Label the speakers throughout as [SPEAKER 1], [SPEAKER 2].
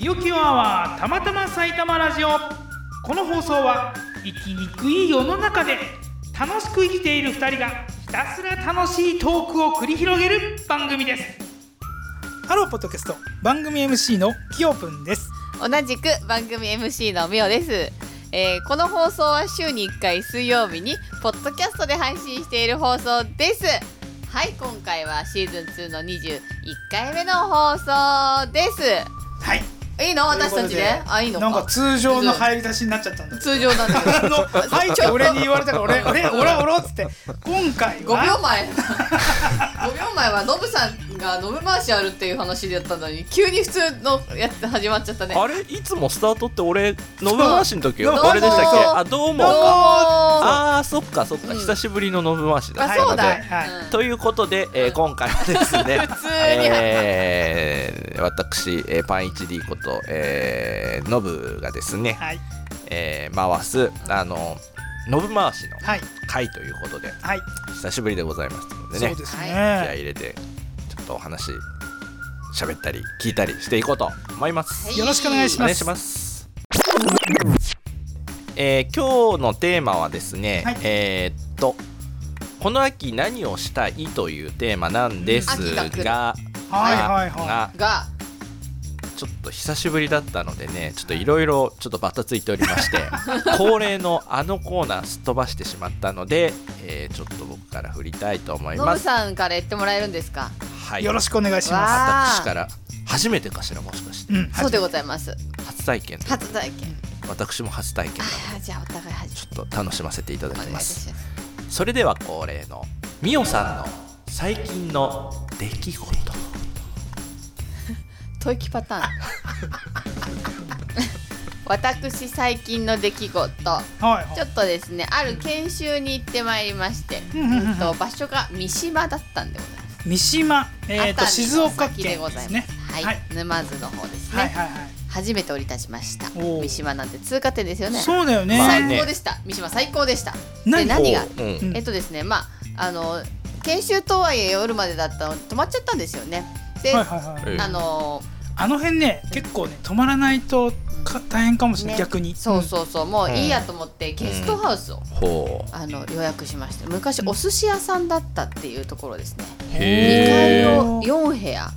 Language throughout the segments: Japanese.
[SPEAKER 1] キュアはたまたま埼玉ラジオこの放送は生きにくい世の中で楽しく生きている2人がひたすら楽しいトークを繰り広げる番組ですハローポッドキャスト番組 MC のキヨプンです
[SPEAKER 2] 同じく番組 MC のみおです、えーこの放送は週に1回水曜日にポッドキャストで配信している放送ですはい今回はシーズン2の21回目の放送です
[SPEAKER 1] はい
[SPEAKER 2] いいの私
[SPEAKER 1] と
[SPEAKER 2] たち
[SPEAKER 1] いうこ
[SPEAKER 2] で
[SPEAKER 1] とで
[SPEAKER 2] あいいの
[SPEAKER 1] な
[SPEAKER 2] か
[SPEAKER 1] んか通常の入り出しになっちゃ ったんだけど
[SPEAKER 2] 通常なん だけど
[SPEAKER 1] あの入って 俺に言われたから俺俺俺俺っつって今回
[SPEAKER 2] 5秒
[SPEAKER 1] は
[SPEAKER 2] 前5秒前はノブさんがノブ回しあるっていう話でやったのに急に普通のやつ始まっちゃったね
[SPEAKER 3] あれいつもスタートって俺ノブ回しの時
[SPEAKER 1] そう
[SPEAKER 3] はあれでしたっけ
[SPEAKER 2] どうも
[SPEAKER 3] あど
[SPEAKER 2] どう
[SPEAKER 3] うも
[SPEAKER 2] も
[SPEAKER 3] か
[SPEAKER 2] あ
[SPEAKER 3] あーそっかそっか、
[SPEAKER 2] うん
[SPEAKER 3] 久しぶりのノブ回しだ
[SPEAKER 1] はい
[SPEAKER 2] そうだ、
[SPEAKER 1] はいはい
[SPEAKER 2] うん
[SPEAKER 3] ということで、えー今回はです
[SPEAKER 2] 普
[SPEAKER 3] ね
[SPEAKER 2] 通に
[SPEAKER 3] えー私、えーパン 1D こと、えーノブがですね、
[SPEAKER 1] はい
[SPEAKER 3] えー回すあのノブ回しの
[SPEAKER 1] はい
[SPEAKER 3] 回ということで
[SPEAKER 1] はい
[SPEAKER 3] 久しぶりでございましたので
[SPEAKER 1] そ
[SPEAKER 3] ね
[SPEAKER 1] うです
[SPEAKER 3] 気合い
[SPEAKER 1] ね
[SPEAKER 3] 入れてちょっとお話喋ったり聞いたりしていこうと思います。
[SPEAKER 2] はい
[SPEAKER 1] よろしくお願いし
[SPEAKER 3] お
[SPEAKER 1] ま
[SPEAKER 3] 願い
[SPEAKER 1] す
[SPEAKER 3] します。えー今日のテーマはですね、
[SPEAKER 1] はい
[SPEAKER 3] えーっとこの秋何をしたいというテーマなんですが、
[SPEAKER 2] 秋が
[SPEAKER 3] が
[SPEAKER 1] はいはいは
[SPEAKER 2] が
[SPEAKER 3] ちょっと久しぶりだったのでね、ちょっといろいろちょっとバタついておりま して、恒例のあのコーナーすっ飛ばしてしまったので、えーちょっと僕から振りたいと思い
[SPEAKER 2] ノ
[SPEAKER 3] ま
[SPEAKER 2] ブ
[SPEAKER 3] す。
[SPEAKER 2] さんから言ってもらえるんですか
[SPEAKER 3] はいい。
[SPEAKER 1] よろしくお願いしま
[SPEAKER 2] わ
[SPEAKER 3] 私から初めてかしらもしかし
[SPEAKER 1] す
[SPEAKER 3] て
[SPEAKER 1] うん
[SPEAKER 2] そうでございます
[SPEAKER 3] 初体験で
[SPEAKER 2] 初体験
[SPEAKER 3] 私も初体験なの
[SPEAKER 2] あーじゃあお互い初
[SPEAKER 3] でちょっと楽しませていただ
[SPEAKER 2] お願い
[SPEAKER 3] き
[SPEAKER 2] いた
[SPEAKER 3] ます。
[SPEAKER 2] します
[SPEAKER 3] それでは恒例のみおさんの最近の出来事
[SPEAKER 2] 吐息パター ン私最近の出来事
[SPEAKER 1] はいはい
[SPEAKER 2] ちょっとですねある研修に行ってまいりまして、
[SPEAKER 1] うんうんうん
[SPEAKER 2] うんと場所が三島だったんでございます
[SPEAKER 1] 三島、えー、と
[SPEAKER 2] 熱海
[SPEAKER 1] 静
[SPEAKER 2] の
[SPEAKER 1] 岡
[SPEAKER 2] 先で
[SPEAKER 1] 県
[SPEAKER 2] ご
[SPEAKER 1] で
[SPEAKER 2] ざいますす
[SPEAKER 1] ね。
[SPEAKER 2] はい、
[SPEAKER 1] はい
[SPEAKER 2] 沼津の方ですね、
[SPEAKER 1] はいはいは
[SPEAKER 2] 初めて降り立ちました
[SPEAKER 1] おー
[SPEAKER 2] 三島なんて通過点ですよ
[SPEAKER 1] い。
[SPEAKER 2] ね
[SPEAKER 1] そうだよね。
[SPEAKER 3] まあ
[SPEAKER 2] 最高でした、三島最高でした
[SPEAKER 1] 何
[SPEAKER 2] で何が
[SPEAKER 3] うん
[SPEAKER 1] うん
[SPEAKER 2] えっとですね、まあ、あの研修とはいえ夜までだったので泊まっちゃったんですよね。で、
[SPEAKER 1] はいはいはい。
[SPEAKER 3] い
[SPEAKER 2] あの
[SPEAKER 1] あの辺ね、結構ね、止まらないとか大変かもしれない、
[SPEAKER 2] ね
[SPEAKER 1] 逆に。
[SPEAKER 2] そうそうそう、もういいやと思ってゲストハウスを、
[SPEAKER 3] ほう
[SPEAKER 2] あの予約しました。昔お寿司屋さんだったっていうところですね。2階
[SPEAKER 3] へー
[SPEAKER 2] を4部屋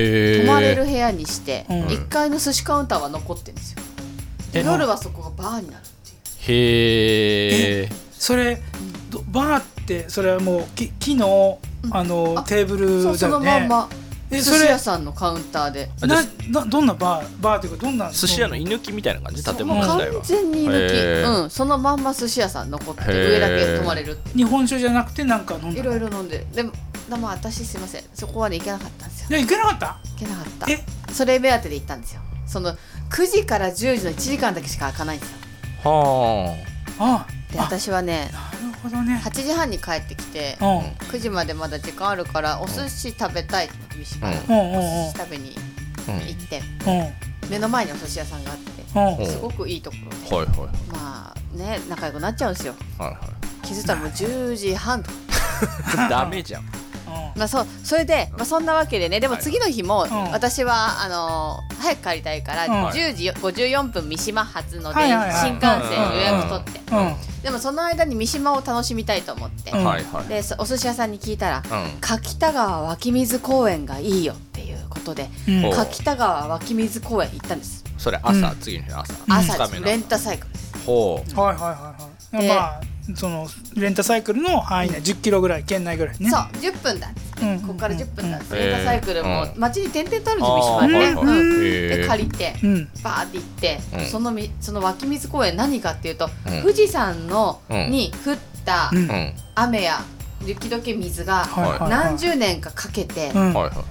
[SPEAKER 3] へ
[SPEAKER 2] 泊まれる部屋にして、
[SPEAKER 1] うん
[SPEAKER 2] 1階の寿司カウンターは残ってるんですよ。で
[SPEAKER 1] え
[SPEAKER 2] 夜はそこがバーになるっていう。
[SPEAKER 3] へえ
[SPEAKER 1] それ、どバーって、それはもう木木の
[SPEAKER 2] うん
[SPEAKER 1] あの、
[SPEAKER 2] あ
[SPEAKER 1] テーブル
[SPEAKER 2] そう
[SPEAKER 1] だ
[SPEAKER 2] そ
[SPEAKER 1] よ
[SPEAKER 2] のま
[SPEAKER 1] ね。
[SPEAKER 2] んま
[SPEAKER 1] え
[SPEAKER 2] 寿
[SPEAKER 1] そ
[SPEAKER 2] 司
[SPEAKER 1] れ
[SPEAKER 2] 屋さんのカウンターで。
[SPEAKER 1] ななどんなバーバーというかどんな
[SPEAKER 3] 寿司屋の居抜きみたいな感じ建物
[SPEAKER 2] もう
[SPEAKER 3] 自
[SPEAKER 2] 完
[SPEAKER 3] 体は
[SPEAKER 2] 全に抜
[SPEAKER 3] へ
[SPEAKER 2] き、
[SPEAKER 3] ー
[SPEAKER 2] うん、そのまんま寿司屋さん残って
[SPEAKER 3] へー
[SPEAKER 2] 上だけ泊まれるっていう
[SPEAKER 1] 日本酒じゃなくてなんか飲んだ。
[SPEAKER 2] いろいろ飲んででもでも私すいませんそこまで行けなかったんですよ
[SPEAKER 1] で行けなかった？
[SPEAKER 2] 行けなかっ
[SPEAKER 1] え
[SPEAKER 2] たそれ目当てで行ったんですよその9時から10時の1時間だけしか開かないんですよ
[SPEAKER 3] は
[SPEAKER 1] あ
[SPEAKER 2] で
[SPEAKER 1] あ。あ
[SPEAKER 2] 私はね
[SPEAKER 1] なるほどね
[SPEAKER 2] 8。時半に帰ってきて
[SPEAKER 1] うん
[SPEAKER 2] 9時までまだ時間あるからお寿司食べたいって三島の
[SPEAKER 3] う
[SPEAKER 1] うんう
[SPEAKER 2] お
[SPEAKER 1] ん
[SPEAKER 2] 寿司食べに
[SPEAKER 3] あうんはい
[SPEAKER 2] 行って
[SPEAKER 1] うん
[SPEAKER 2] 目の前にお寿司屋さんがあって
[SPEAKER 1] うんうん
[SPEAKER 2] すごくいいところで
[SPEAKER 3] はいは
[SPEAKER 2] まあね仲良くなっちゃうんですよ
[SPEAKER 3] いは
[SPEAKER 2] 気づいたらもう10時半とか
[SPEAKER 3] いダメじゃん
[SPEAKER 1] ん。
[SPEAKER 2] まあ、そうそれで、まあ、そんなわけでねでも
[SPEAKER 3] はい
[SPEAKER 2] 次の日も
[SPEAKER 1] ん
[SPEAKER 2] 私はあのー早く帰りたいから、
[SPEAKER 1] うん
[SPEAKER 2] 10時54分三島発ので、
[SPEAKER 1] はいはいはい
[SPEAKER 2] 新幹線予約取って、
[SPEAKER 1] うん。
[SPEAKER 2] でもその間に三島を楽しみたいと思って、
[SPEAKER 1] うん
[SPEAKER 3] はいはい
[SPEAKER 2] でそお寿司屋さんに聞いたら、
[SPEAKER 3] うん
[SPEAKER 2] 柿田川湧き水公園がいいよっていうことで、
[SPEAKER 1] うん
[SPEAKER 3] お
[SPEAKER 2] 柿田川湧き水公園行ったんです
[SPEAKER 3] それ朝
[SPEAKER 1] う
[SPEAKER 3] 次の日の朝
[SPEAKER 2] 朝で
[SPEAKER 3] 二日
[SPEAKER 2] す
[SPEAKER 3] 目
[SPEAKER 2] レ
[SPEAKER 3] の
[SPEAKER 2] ンタサイクルです
[SPEAKER 3] ほう
[SPEAKER 1] はいはいはいはい。
[SPEAKER 2] で
[SPEAKER 1] まあそのレンタサイクルの範囲内、10キロぐらい県内ぐらいね。
[SPEAKER 2] そう10分だっつって、
[SPEAKER 1] うん
[SPEAKER 2] ここから10分だっつって、
[SPEAKER 3] うん
[SPEAKER 2] レンタサイクルも
[SPEAKER 3] うん
[SPEAKER 2] 街に点々とあるんです
[SPEAKER 3] あ
[SPEAKER 2] よ三島
[SPEAKER 3] ーはい
[SPEAKER 2] ね、
[SPEAKER 3] はい
[SPEAKER 2] うん
[SPEAKER 3] へー
[SPEAKER 2] で借りて、
[SPEAKER 1] うん。うん。
[SPEAKER 2] バーって行って、
[SPEAKER 3] うん
[SPEAKER 2] そのみその湧き水公園何かっていうと、
[SPEAKER 3] うん
[SPEAKER 2] 富士山の、
[SPEAKER 3] うん
[SPEAKER 2] に降った
[SPEAKER 1] うん。
[SPEAKER 3] うん
[SPEAKER 1] はい
[SPEAKER 2] 雨や雪解け水が
[SPEAKER 1] はいはい。
[SPEAKER 2] 何十年かかけて
[SPEAKER 1] うん。
[SPEAKER 3] は
[SPEAKER 1] はい
[SPEAKER 3] は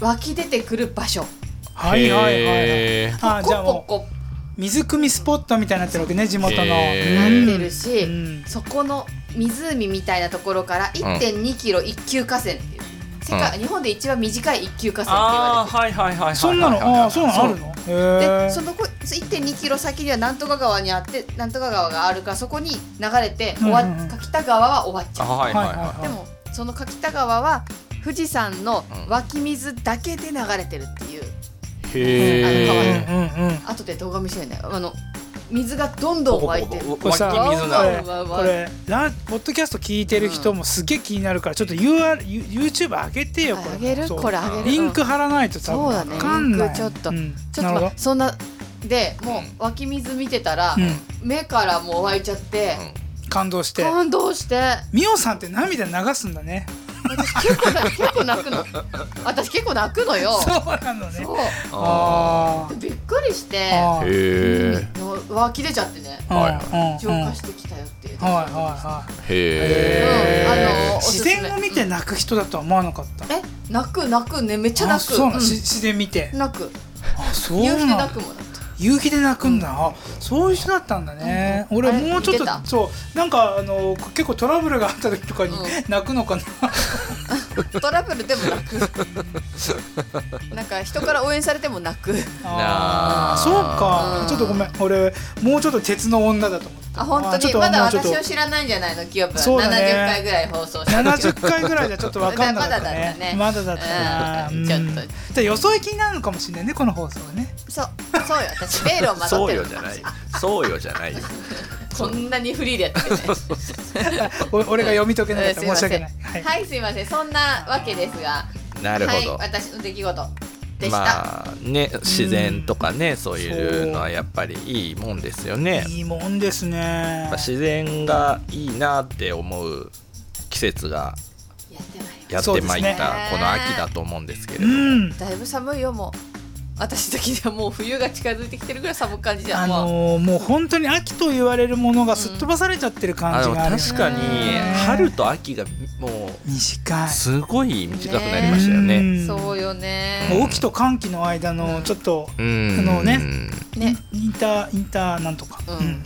[SPEAKER 2] 湧き出てくる場所、
[SPEAKER 1] いはいはいはい。
[SPEAKER 3] へー
[SPEAKER 1] あ
[SPEAKER 2] ポ
[SPEAKER 1] じゃあ
[SPEAKER 2] コ
[SPEAKER 1] も
[SPEAKER 2] ポコ
[SPEAKER 1] う水汲みスポットみたいになってるわけね地元の。
[SPEAKER 3] へ
[SPEAKER 2] なっ
[SPEAKER 3] ー
[SPEAKER 2] てるし、
[SPEAKER 1] うん
[SPEAKER 2] そこの湖みたいなところから1 2キロ一級河川っていう世界、日本で一番短い一級河川
[SPEAKER 3] あ
[SPEAKER 2] って言われて
[SPEAKER 3] ーはいはいはいはいはい
[SPEAKER 1] そんなのああそうなのあるの。へ
[SPEAKER 2] で
[SPEAKER 1] え。
[SPEAKER 2] そのこ1 2キロ先にはなんとか川にあってなんとか川があるからそこに流れて終わっ
[SPEAKER 1] うんうんうん
[SPEAKER 2] 柿田川は終わっちゃ
[SPEAKER 3] あ
[SPEAKER 2] う。
[SPEAKER 3] はいはいはい
[SPEAKER 2] でもその柿田川は富士山の湧き水だけで流れてるっていう、
[SPEAKER 3] へ
[SPEAKER 2] へ
[SPEAKER 3] へえ
[SPEAKER 1] うんうんうん
[SPEAKER 2] 後で動画見せるねあの水がどんどん湧いてる
[SPEAKER 1] これさ
[SPEAKER 3] 湧き水な
[SPEAKER 1] こ
[SPEAKER 3] の
[SPEAKER 1] れ
[SPEAKER 2] うわうわ
[SPEAKER 1] これランポッドキャスト聞いてる人もすげえ気になるからちょっと UR U- YouTube 上げてよこれ
[SPEAKER 2] あげる
[SPEAKER 1] そう
[SPEAKER 2] これあげる
[SPEAKER 1] リンク
[SPEAKER 2] うん
[SPEAKER 1] 貼らないと多分
[SPEAKER 2] そうだね
[SPEAKER 1] わかんない
[SPEAKER 2] リンクちょっと
[SPEAKER 1] うん
[SPEAKER 2] ちょっ
[SPEAKER 1] なるほ
[SPEAKER 2] とま
[SPEAKER 1] ど
[SPEAKER 2] あそんなでもう湧き水見てたら、
[SPEAKER 1] うん
[SPEAKER 2] 目からもう湧いちゃって、
[SPEAKER 1] 感動して
[SPEAKER 2] 感動して
[SPEAKER 1] ミオさんって涙流すんだね
[SPEAKER 2] 私結構な結構泣くの私結構泣くのよ
[SPEAKER 1] そうなのね
[SPEAKER 2] そう
[SPEAKER 1] あ
[SPEAKER 2] びっくりして
[SPEAKER 1] あ
[SPEAKER 3] へ
[SPEAKER 1] ー
[SPEAKER 3] え
[SPEAKER 2] の湧き出ちゃってね
[SPEAKER 1] うん
[SPEAKER 3] はい
[SPEAKER 1] うん
[SPEAKER 2] 浄
[SPEAKER 1] うん
[SPEAKER 2] 化してきたよっていう、
[SPEAKER 1] はいはいは
[SPEAKER 2] へーうん
[SPEAKER 1] い
[SPEAKER 2] あのおす
[SPEAKER 1] 自
[SPEAKER 2] すめ
[SPEAKER 1] 然を見て泣く人だとは思わなかった
[SPEAKER 2] え泣く泣くねめっちゃ
[SPEAKER 1] あ
[SPEAKER 2] 泣く
[SPEAKER 1] そうなの
[SPEAKER 2] ん
[SPEAKER 1] し自然見て
[SPEAKER 2] 泣く
[SPEAKER 1] あそう
[SPEAKER 2] 夕日で
[SPEAKER 1] な
[SPEAKER 2] 泣
[SPEAKER 1] の
[SPEAKER 2] くもんだった
[SPEAKER 1] 夕日で泣くんだ、あそういう人だったんだね、
[SPEAKER 2] うんうん
[SPEAKER 1] 俺
[SPEAKER 2] あれ
[SPEAKER 1] もうちょっ
[SPEAKER 2] 見てた
[SPEAKER 1] とそうなんかあの結構トラブルがあった時とかに
[SPEAKER 2] うん
[SPEAKER 1] 泣くのかな、
[SPEAKER 2] トラブルでも泣くなんか人から応援されても泣く
[SPEAKER 1] あ
[SPEAKER 3] あ
[SPEAKER 1] ー
[SPEAKER 3] ー
[SPEAKER 1] そうか、
[SPEAKER 2] うん
[SPEAKER 1] ちょっとごめん俺もうちょっと鉄の女だと思って
[SPEAKER 2] あ本当
[SPEAKER 1] あちょっ
[SPEAKER 2] に
[SPEAKER 1] と
[SPEAKER 2] まだ
[SPEAKER 1] もうちょっと
[SPEAKER 2] 私を知らないんじゃないのキヨプン
[SPEAKER 1] そうだね
[SPEAKER 2] 70回ぐらい放送してるけど
[SPEAKER 1] 70回ぐらいじゃちょっと分かんなかった ね
[SPEAKER 2] ま
[SPEAKER 1] まだだ
[SPEAKER 2] だ
[SPEAKER 1] っ
[SPEAKER 2] ったた
[SPEAKER 1] な、
[SPEAKER 2] ねうん
[SPEAKER 1] うん
[SPEAKER 2] ちょっ
[SPEAKER 1] じゃあ
[SPEAKER 2] と
[SPEAKER 1] 予想行きになるのかもしれないねこの放送はね
[SPEAKER 2] そうそうよ私ベールをまとっ
[SPEAKER 3] そう
[SPEAKER 2] てる
[SPEAKER 3] よじゃないそうよじゃないよ
[SPEAKER 2] こんなにフリーでやってね
[SPEAKER 1] お 俺が読み解けなかった
[SPEAKER 2] うん
[SPEAKER 1] 申し訳
[SPEAKER 2] すいま
[SPEAKER 1] な
[SPEAKER 2] せ
[SPEAKER 1] い
[SPEAKER 2] ん
[SPEAKER 1] はい、
[SPEAKER 2] はいすいませんそんなわけですが
[SPEAKER 3] なるほど、
[SPEAKER 2] はい私の出来事でした、
[SPEAKER 3] まあね自然とかね、そういうのはやっぱりいいもんですよね
[SPEAKER 1] いいもんですね
[SPEAKER 3] やっぱ自然がいいなって思う季節が
[SPEAKER 2] やってまいりまし
[SPEAKER 3] やってまい
[SPEAKER 1] そうで
[SPEAKER 3] っ
[SPEAKER 1] す
[SPEAKER 3] た
[SPEAKER 2] ね
[SPEAKER 3] この秋だと思うんですけれ
[SPEAKER 1] う
[SPEAKER 3] ども、
[SPEAKER 1] ん
[SPEAKER 2] ただいぶ寒いよもう私的にはもう冬が近づいてきてるぐらい寒く感じじゃ
[SPEAKER 1] あ
[SPEAKER 2] んもう
[SPEAKER 1] のーもう本当に秋と言われるものがすっ飛ばされちゃってる
[SPEAKER 3] あ
[SPEAKER 1] 感じ
[SPEAKER 3] の
[SPEAKER 1] があるよね、
[SPEAKER 3] 確かに春と秋がも
[SPEAKER 1] 短
[SPEAKER 3] う
[SPEAKER 1] い
[SPEAKER 3] すごい短くなりましたよね。
[SPEAKER 1] うん
[SPEAKER 2] そうよね
[SPEAKER 1] もう雨季と寒季の間のちょっと
[SPEAKER 3] うん、
[SPEAKER 1] あのね
[SPEAKER 2] ね
[SPEAKER 1] インターインターなんとか、
[SPEAKER 2] うん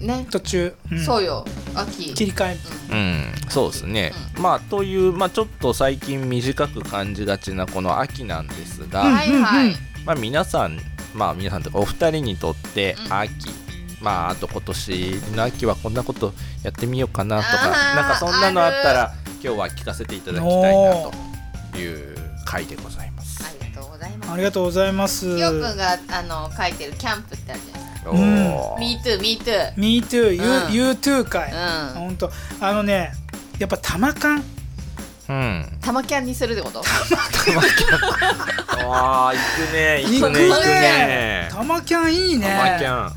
[SPEAKER 1] うん
[SPEAKER 2] ね、
[SPEAKER 1] 途中、うん
[SPEAKER 2] そうよ秋
[SPEAKER 1] 切り替え
[SPEAKER 3] うん、そうですね。まあというまあちょっと最近短く感じがちなこの秋なんですが、
[SPEAKER 1] うん
[SPEAKER 2] はいはい、
[SPEAKER 1] うん
[SPEAKER 3] まあ皆さんまあ皆さんとかお二人にとって
[SPEAKER 2] うん
[SPEAKER 3] 秋、まああと今年の秋はこんなことやってみようかなとか
[SPEAKER 2] あー
[SPEAKER 3] なんかそんなのあったら今日は聞かせていただきたいなという回でございます。
[SPEAKER 2] ありがとうございます
[SPEAKER 1] ありがとうございます
[SPEAKER 2] きよくんがあの書いてるキャンプってあるじゃないですか
[SPEAKER 3] おー
[SPEAKER 2] MeToo MeToo
[SPEAKER 1] Me too, you,
[SPEAKER 2] うん
[SPEAKER 1] you too 会、
[SPEAKER 2] うん
[SPEAKER 1] 本当あのねやっぱ玉感
[SPEAKER 3] うん。
[SPEAKER 2] 玉キャンにするってこと
[SPEAKER 3] ああ、行くね、行くね、
[SPEAKER 1] 行
[SPEAKER 3] 行
[SPEAKER 1] く
[SPEAKER 3] く
[SPEAKER 1] ね
[SPEAKER 3] ね。
[SPEAKER 1] 玉キャンいいね
[SPEAKER 3] マキャン。ああ。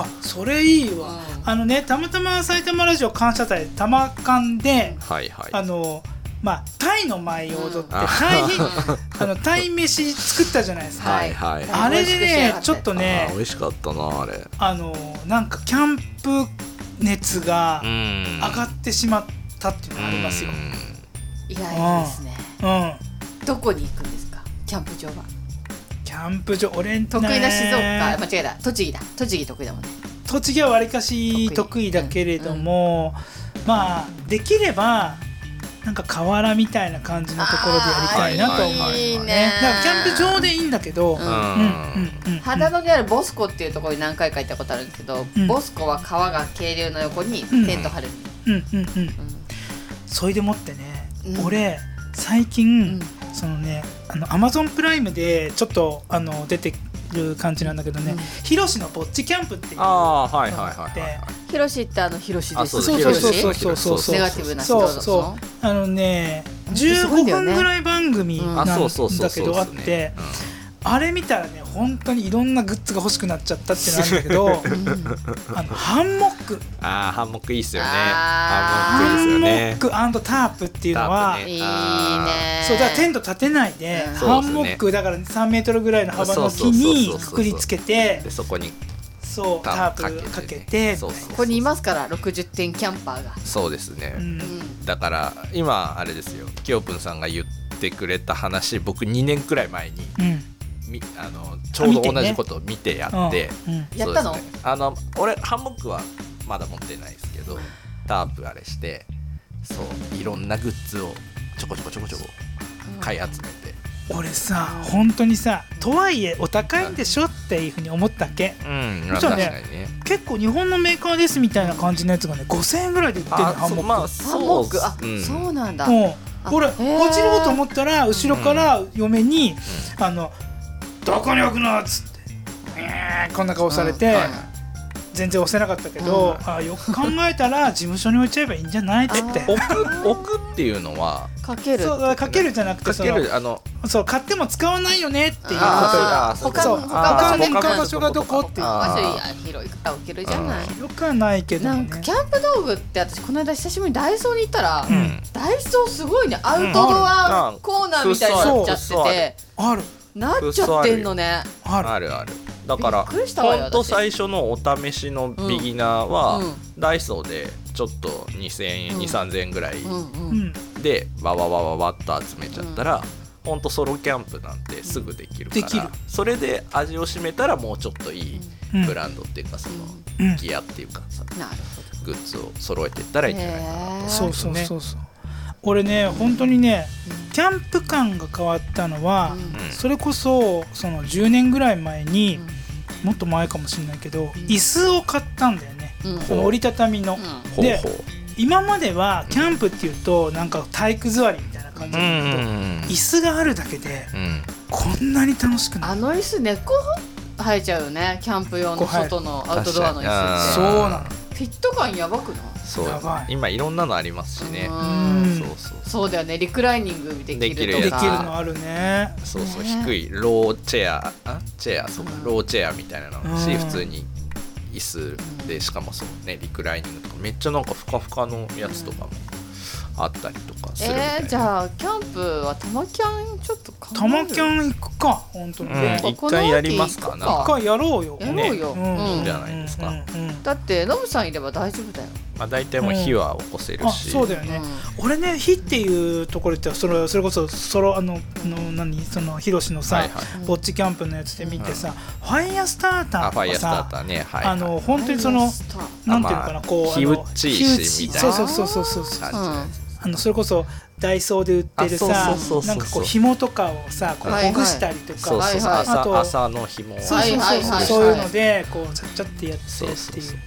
[SPEAKER 1] あそれいいわ、
[SPEAKER 2] うん
[SPEAKER 1] あのねたまたま埼玉ラジオ感謝祭玉感で、
[SPEAKER 3] はいはい。
[SPEAKER 1] あのまあタイの舞を踊って、
[SPEAKER 3] うん
[SPEAKER 1] タイ
[SPEAKER 3] あ
[SPEAKER 1] あのタイ飯作ったじゃないですか、
[SPEAKER 3] はいはい。
[SPEAKER 2] は
[SPEAKER 1] あれでね
[SPEAKER 2] 美味しく仕上がって
[SPEAKER 1] ちょっとね
[SPEAKER 3] あー美味しかったな、あれ。
[SPEAKER 1] あのなんかキャンプ熱が
[SPEAKER 3] ん
[SPEAKER 1] 上がってしまったっていうのがありますよ。うん。
[SPEAKER 2] 意外ですねどこに行くんですかキャンプ場は
[SPEAKER 1] キャンプ場俺ん
[SPEAKER 2] 得意な静岡間違えた栃木だ栃木得意だもんね
[SPEAKER 1] 栃木はわりかし得
[SPEAKER 2] 得
[SPEAKER 1] 意
[SPEAKER 2] 意
[SPEAKER 1] だけれども、まあできればなんか河原みたいな感じのところでやりたいなと思うね。
[SPEAKER 2] あーいい
[SPEAKER 1] だ
[SPEAKER 2] ね
[SPEAKER 1] からキャンプ場でいいんだけど、うん
[SPEAKER 2] うん
[SPEAKER 1] うんうんうん
[SPEAKER 2] 秦野にあるボスコっていうところに何回か行ったことあるんですけど、
[SPEAKER 1] うん
[SPEAKER 2] ボスコは川が渓流の横にテント張る、
[SPEAKER 1] うんうんうんそれでもってね、
[SPEAKER 2] うん
[SPEAKER 1] 俺最
[SPEAKER 2] う
[SPEAKER 1] 近、
[SPEAKER 2] ん
[SPEAKER 1] そのねあのアマゾンプライムでちょっとあの出てる感じなんだけどね
[SPEAKER 2] うん
[SPEAKER 1] 「ヒロシのぼっちキャンプ」っていう
[SPEAKER 3] ああ、はいはいはいはい。
[SPEAKER 2] ヒロシってあのヒロシです
[SPEAKER 1] うそうそうそうそうそうそうそう
[SPEAKER 2] ネガティブな
[SPEAKER 1] そ
[SPEAKER 2] 人
[SPEAKER 1] う
[SPEAKER 2] だ
[SPEAKER 1] そうあのね
[SPEAKER 2] すごい
[SPEAKER 1] 15
[SPEAKER 2] んだよね
[SPEAKER 1] 分ぐらい番組
[SPEAKER 2] うん
[SPEAKER 1] な
[SPEAKER 3] あ、
[SPEAKER 1] ん
[SPEAKER 3] そうそうそう
[SPEAKER 1] だけ
[SPEAKER 3] そう。
[SPEAKER 1] どあってあれ見たらね本当にいろんなグッズが欲しくなっちゃったっていうのあるんだけど あのハンモック
[SPEAKER 3] ああ、ハンモックいいっすよね。
[SPEAKER 2] あー
[SPEAKER 3] ハンモッ
[SPEAKER 1] ハ
[SPEAKER 3] クいいっす
[SPEAKER 1] ン
[SPEAKER 3] よ
[SPEAKER 1] モ
[SPEAKER 3] ね
[SPEAKER 1] ッ。クタープっていうのは
[SPEAKER 3] タープ
[SPEAKER 2] いいね
[SPEAKER 1] そうだからテント立てないで
[SPEAKER 2] うん
[SPEAKER 1] ハンモックだから3メートルぐらいの幅の木にくくりつけて
[SPEAKER 3] で、そこに。
[SPEAKER 1] そう
[SPEAKER 3] タ
[SPEAKER 1] ター
[SPEAKER 3] ー
[SPEAKER 1] プ
[SPEAKER 3] プ
[SPEAKER 1] か
[SPEAKER 3] か
[SPEAKER 1] け
[SPEAKER 3] けてね
[SPEAKER 1] て
[SPEAKER 3] そうそう
[SPEAKER 2] ここにいますから60点キャンパーが、
[SPEAKER 3] そうですね。
[SPEAKER 1] うん
[SPEAKER 2] うん
[SPEAKER 3] だから今あれですよきよぷんさんが言ってくれた話僕2年くらい前に
[SPEAKER 1] うん
[SPEAKER 3] みあのちょうど同じことを見てやって
[SPEAKER 1] うんうん
[SPEAKER 2] やったの
[SPEAKER 3] そうですねあの俺ハンモックはまだ持ってないですけどタープあれしてそういろんなグッズをちょこちょこちょこちょこ買い集めて、
[SPEAKER 1] 俺さ本当にさとはいえお高いんでしょっていうふうに思ったっけ
[SPEAKER 3] うん
[SPEAKER 1] そうね
[SPEAKER 3] 確かにね
[SPEAKER 1] 結構日本のメーカーですみたいな感じのやつがね5000円ぐらいで売ってるの
[SPEAKER 3] あ
[SPEAKER 1] ハン
[SPEAKER 3] そう
[SPEAKER 1] モ
[SPEAKER 3] ま
[SPEAKER 1] ッ
[SPEAKER 3] あ
[SPEAKER 2] ハンモックあ、
[SPEAKER 3] そううん
[SPEAKER 2] そうなんだ
[SPEAKER 1] クもう
[SPEAKER 2] あ
[SPEAKER 1] 俺
[SPEAKER 2] へー
[SPEAKER 1] 落ちろうと思ったら後ろから嫁にあのどこに置くの?」っつって「えーこんな顔されて、
[SPEAKER 2] うんはい
[SPEAKER 1] 全然押せなかったけど、あよく考えたら事務所に置いちゃえばいいんじゃないって言って
[SPEAKER 2] あ
[SPEAKER 3] 置く置くっていうのは
[SPEAKER 2] かける
[SPEAKER 1] そうだからかけるじゃなくて
[SPEAKER 3] か
[SPEAKER 1] そ
[SPEAKER 3] け
[SPEAKER 1] の
[SPEAKER 3] るあの
[SPEAKER 1] そう買っても使わないよねっていう
[SPEAKER 2] あー
[SPEAKER 3] そういうこ
[SPEAKER 2] 他
[SPEAKER 3] と
[SPEAKER 1] そう保
[SPEAKER 2] の他
[SPEAKER 1] 管
[SPEAKER 2] の
[SPEAKER 1] に
[SPEAKER 2] 他
[SPEAKER 1] 向か
[SPEAKER 2] の
[SPEAKER 1] う
[SPEAKER 2] 他の
[SPEAKER 1] 場所がどこっていう
[SPEAKER 3] あ
[SPEAKER 2] 場所いや広いから置けるじゃない
[SPEAKER 1] よくはないけど
[SPEAKER 2] な
[SPEAKER 1] も
[SPEAKER 2] んか
[SPEAKER 1] ね
[SPEAKER 2] キャンプ道具って私この間久しぶりにダイソーに行ったら、
[SPEAKER 3] うん
[SPEAKER 2] ダイソーすごいねアウトド
[SPEAKER 3] うんあ
[SPEAKER 2] ア
[SPEAKER 3] る
[SPEAKER 2] コーナーみたいになっちゃって
[SPEAKER 3] そうそうあ
[SPEAKER 2] て
[SPEAKER 3] る、
[SPEAKER 1] ある
[SPEAKER 2] なっちゃってんのね
[SPEAKER 1] ある
[SPEAKER 3] あるあるだから
[SPEAKER 2] びっくりしたわよ
[SPEAKER 3] ほんと
[SPEAKER 2] 私
[SPEAKER 3] 最初のお試しのビギナーは、
[SPEAKER 2] うんうん
[SPEAKER 3] ダイソーでちょっと2000円、
[SPEAKER 2] うん
[SPEAKER 3] 2000円ぐらい
[SPEAKER 2] うんう
[SPEAKER 1] うんん
[SPEAKER 3] でわわわわわっと集めちゃったら、ほんとソロキャンプなんてすぐできるか
[SPEAKER 1] で
[SPEAKER 3] ら、
[SPEAKER 1] きる
[SPEAKER 3] それで味を占めたらもうちょっといいブランドっていうかその
[SPEAKER 1] うん
[SPEAKER 3] ギアっていうかさ
[SPEAKER 2] なる
[SPEAKER 3] グッズを揃えていったらいいんじゃないかなと
[SPEAKER 1] そうそう
[SPEAKER 3] ね
[SPEAKER 1] そうそう俺ね本当にね
[SPEAKER 2] うん
[SPEAKER 1] キャンプ感が変わったの
[SPEAKER 2] ほど、
[SPEAKER 1] は
[SPEAKER 2] う、ん
[SPEAKER 3] うん
[SPEAKER 1] それこそその10年ぐらい前に、
[SPEAKER 2] う
[SPEAKER 1] もっと前かもしれないけど、
[SPEAKER 2] ん
[SPEAKER 1] 椅子を買ったんだよね
[SPEAKER 2] んうん
[SPEAKER 1] その折りたたみの、
[SPEAKER 2] う
[SPEAKER 3] ほう
[SPEAKER 1] で
[SPEAKER 3] ほう
[SPEAKER 1] 今まではキャンプっていうとなんか体育座りみたいな感じ
[SPEAKER 3] う
[SPEAKER 1] だったけど、
[SPEAKER 3] ん
[SPEAKER 1] 椅子があるだけで
[SPEAKER 3] うん
[SPEAKER 1] こんなに楽しくな
[SPEAKER 2] あ
[SPEAKER 1] い
[SPEAKER 2] の椅子根っこ生えちゃうよねキャンプ用の外のアウトドアの椅
[SPEAKER 3] 確かに
[SPEAKER 2] 子
[SPEAKER 1] そう
[SPEAKER 2] っ
[SPEAKER 1] なの
[SPEAKER 2] てフィット感やばくない
[SPEAKER 3] そう
[SPEAKER 1] やばい
[SPEAKER 3] 今いろんなのありますしね、
[SPEAKER 2] うん
[SPEAKER 1] ん
[SPEAKER 3] そうそう
[SPEAKER 2] そうだよねリクライニングできる
[SPEAKER 3] で
[SPEAKER 1] で
[SPEAKER 2] と
[SPEAKER 1] きる
[SPEAKER 2] か
[SPEAKER 1] のあるね
[SPEAKER 3] そうそう、
[SPEAKER 2] ね
[SPEAKER 3] 低いローチェアあチェアそうか、
[SPEAKER 2] うん
[SPEAKER 3] ローチェアみたいなのあるし、
[SPEAKER 1] うん
[SPEAKER 3] 普通に椅子でしかもそうねリクライニングとかめっちゃなんかふかふかのやつとかもあったりとかするみたいな、
[SPEAKER 2] えー、じゃあキャンプは玉キャンちょっと考える
[SPEAKER 1] たまキャン行くか本当に、
[SPEAKER 3] うん
[SPEAKER 1] ね
[SPEAKER 2] そう
[SPEAKER 3] 一回やりますか
[SPEAKER 2] この
[SPEAKER 1] 一
[SPEAKER 2] 秋行く
[SPEAKER 3] な
[SPEAKER 2] か
[SPEAKER 1] 回やろうよ
[SPEAKER 2] やろうよ、
[SPEAKER 1] ねうん
[SPEAKER 3] いいんじ
[SPEAKER 2] うん
[SPEAKER 3] ゃないですか
[SPEAKER 1] うんうんうん
[SPEAKER 2] だってノブさんいれば大丈夫だよ、
[SPEAKER 3] まあ、大体もう火は起こせる
[SPEAKER 1] あ
[SPEAKER 3] し、
[SPEAKER 1] そうだよね、俺ね火っていうところってそれそれこそソロあのあの何そのヒロシのさ、
[SPEAKER 3] はいはい
[SPEAKER 2] うん
[SPEAKER 1] ぼっちキャンプのやつで見てさ、ファイヤースターター
[SPEAKER 3] あファイ
[SPEAKER 1] とか
[SPEAKER 3] ヤースター
[SPEAKER 1] さ
[SPEAKER 3] ターねはい、はい、
[SPEAKER 1] あの本当にそのなんていうのか
[SPEAKER 3] ま
[SPEAKER 1] な
[SPEAKER 3] あ
[SPEAKER 1] こうあ
[SPEAKER 3] 火
[SPEAKER 1] の
[SPEAKER 3] 打ち石
[SPEAKER 1] 火打ち
[SPEAKER 3] みたい
[SPEAKER 1] そ
[SPEAKER 3] な
[SPEAKER 1] うそうそうそうそうそう
[SPEAKER 3] 感じ
[SPEAKER 2] うん
[SPEAKER 1] あのそれこそダイソーで売ってるさ
[SPEAKER 2] あそうそうそうそ
[SPEAKER 1] な
[SPEAKER 2] う
[SPEAKER 1] んかこう紐とかをさこう
[SPEAKER 2] はいはい
[SPEAKER 1] ほぐしたりとか、
[SPEAKER 3] そうそうそう、
[SPEAKER 2] はいはい
[SPEAKER 1] あ
[SPEAKER 3] 朝
[SPEAKER 1] と
[SPEAKER 3] 朝の紐を
[SPEAKER 1] そうそうそうそう、
[SPEAKER 2] はいはいはい
[SPEAKER 1] そういうのでこうちゃっちゃってやってって
[SPEAKER 3] そ
[SPEAKER 1] いうう
[SPEAKER 3] そうそう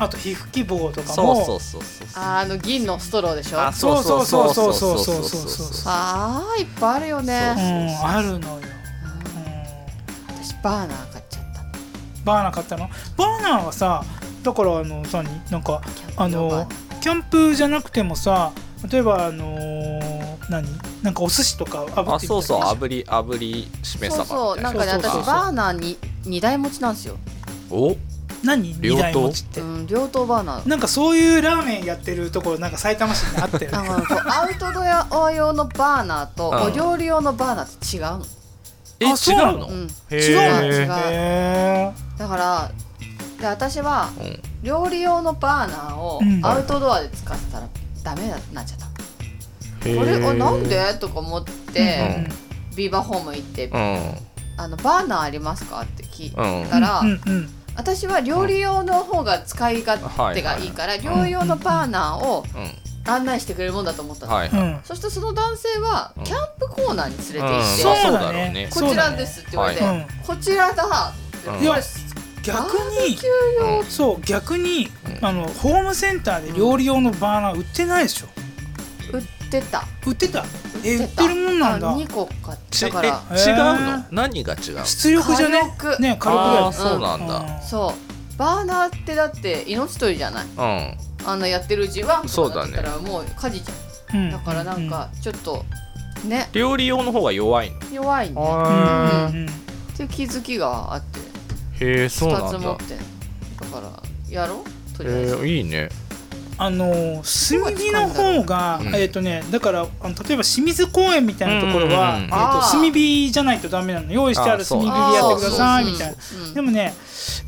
[SPEAKER 1] あと皮膚希望とか
[SPEAKER 3] そ
[SPEAKER 1] も
[SPEAKER 3] うそうそうそう
[SPEAKER 2] あの銀のストローでしょ
[SPEAKER 3] あ
[SPEAKER 2] あ
[SPEAKER 3] そうそうそうそうそ
[SPEAKER 1] そ
[SPEAKER 3] うそうう
[SPEAKER 1] そ
[SPEAKER 3] そうう
[SPEAKER 1] そうそう
[SPEAKER 3] そう
[SPEAKER 2] あーいっぱいあるよ
[SPEAKER 1] う
[SPEAKER 2] ね
[SPEAKER 1] んあるのよ、
[SPEAKER 2] うん私バーナー買っちゃった
[SPEAKER 1] うん、バーナー買ったのバーナーはさだからあの何なんか
[SPEAKER 2] キャンプ
[SPEAKER 1] あ
[SPEAKER 2] 用バーナー
[SPEAKER 1] のキャンプじゃなくてもさ例えばあのー何なんかお寿司とか炙
[SPEAKER 3] あ
[SPEAKER 1] って
[SPEAKER 3] そうそう
[SPEAKER 1] み
[SPEAKER 3] 炙り炙りしめ
[SPEAKER 2] そうそ
[SPEAKER 3] 鯖み
[SPEAKER 2] うな
[SPEAKER 3] たいなん
[SPEAKER 2] かね
[SPEAKER 1] そうそう
[SPEAKER 2] 私
[SPEAKER 1] そう
[SPEAKER 2] バーナーに二台持ちなんですよ、
[SPEAKER 3] お
[SPEAKER 1] たいな何
[SPEAKER 3] 両
[SPEAKER 1] 二
[SPEAKER 3] 刀
[SPEAKER 1] 台持ちって、
[SPEAKER 2] うん、両頭バーナー
[SPEAKER 1] なんかそういうラーメンやってるところなんか埼玉市にあったよ
[SPEAKER 2] あ
[SPEAKER 1] ね
[SPEAKER 2] のこうアウトドア用のバーナーと
[SPEAKER 3] うん
[SPEAKER 2] お料理用のバーナーって違うの、
[SPEAKER 3] え
[SPEAKER 1] あそうな
[SPEAKER 3] 違う
[SPEAKER 1] の
[SPEAKER 3] の
[SPEAKER 2] うん、
[SPEAKER 3] へ
[SPEAKER 1] 違う
[SPEAKER 3] ー
[SPEAKER 1] ね
[SPEAKER 2] 違う
[SPEAKER 1] へ
[SPEAKER 2] だからで私は
[SPEAKER 3] うん
[SPEAKER 2] 料理用のバーナーを
[SPEAKER 1] うん
[SPEAKER 2] アウトドアで使ってたらダメになっちゃった、
[SPEAKER 3] へー
[SPEAKER 2] これあなんでとか思っ
[SPEAKER 1] え
[SPEAKER 2] て、ビーバーホーム行って、
[SPEAKER 3] う
[SPEAKER 2] あのバーナーありますかって聞い
[SPEAKER 3] んうん
[SPEAKER 2] だから
[SPEAKER 1] うんうんうん
[SPEAKER 2] 私は料理用の方が使い勝手がいいから、料理用のバーナーを
[SPEAKER 3] う
[SPEAKER 2] 案内してくれるもんだと思った
[SPEAKER 3] ん
[SPEAKER 2] の、
[SPEAKER 3] はいはい
[SPEAKER 1] うん
[SPEAKER 2] そしてその男性は
[SPEAKER 3] うん
[SPEAKER 2] キャンプコーナーに連れて行
[SPEAKER 3] うん
[SPEAKER 2] って、
[SPEAKER 1] そう
[SPEAKER 3] まあ
[SPEAKER 1] だ
[SPEAKER 3] ろう
[SPEAKER 1] ね
[SPEAKER 2] こちらですって言われて、
[SPEAKER 1] はい
[SPEAKER 2] こちらだって、
[SPEAKER 3] う
[SPEAKER 2] こ
[SPEAKER 3] ん
[SPEAKER 2] れ
[SPEAKER 1] いや
[SPEAKER 2] バ
[SPEAKER 1] 逆
[SPEAKER 2] ーベ
[SPEAKER 1] に
[SPEAKER 2] キュー用、
[SPEAKER 1] そう逆に、
[SPEAKER 3] うん
[SPEAKER 1] あのホームセンターで料理用のバーナー売ってないでしょ
[SPEAKER 2] 売ってた
[SPEAKER 1] 売ってたえ
[SPEAKER 2] 売
[SPEAKER 1] 売
[SPEAKER 2] っ
[SPEAKER 1] って
[SPEAKER 2] た
[SPEAKER 1] てるもんなんだ
[SPEAKER 2] 2個買っ
[SPEAKER 3] ち
[SPEAKER 2] た
[SPEAKER 3] え違う
[SPEAKER 2] から
[SPEAKER 3] の何が違うの
[SPEAKER 1] 出力じゃね
[SPEAKER 2] 火力
[SPEAKER 1] ね火力だ
[SPEAKER 3] あ
[SPEAKER 1] よ
[SPEAKER 3] ー
[SPEAKER 1] ね
[SPEAKER 3] そうなんだ
[SPEAKER 2] そうバーナーってだって命取りじゃない
[SPEAKER 3] うん
[SPEAKER 2] あんなやってるうちは
[SPEAKER 3] そうだね
[SPEAKER 2] だからもう火事じ
[SPEAKER 1] うん、
[SPEAKER 2] ゃんだからなんかちょっとね
[SPEAKER 3] 料理用の方が弱いの
[SPEAKER 2] 弱いね
[SPEAKER 1] うん、うんうん
[SPEAKER 2] っていう気づきがあって
[SPEAKER 3] へえそうな
[SPEAKER 2] 2つ
[SPEAKER 3] ん
[SPEAKER 2] 持っ
[SPEAKER 3] だ
[SPEAKER 2] てんだからやろうとりあえ
[SPEAKER 3] え
[SPEAKER 2] ず、
[SPEAKER 3] ーいいね
[SPEAKER 1] あのー炭火の方が、
[SPEAKER 3] うん
[SPEAKER 1] えっ、とねだからあの例えば清水公園みたいなところは、
[SPEAKER 3] うんうんうん
[SPEAKER 1] えー
[SPEAKER 2] あ
[SPEAKER 1] と
[SPEAKER 2] ー
[SPEAKER 1] 炭火じゃないとダメなの用意してあ
[SPEAKER 3] あ
[SPEAKER 1] る
[SPEAKER 3] ーそ
[SPEAKER 1] 炭
[SPEAKER 3] う
[SPEAKER 1] 火で
[SPEAKER 3] 握り
[SPEAKER 1] やってくださいみたいな
[SPEAKER 2] な
[SPEAKER 1] でもね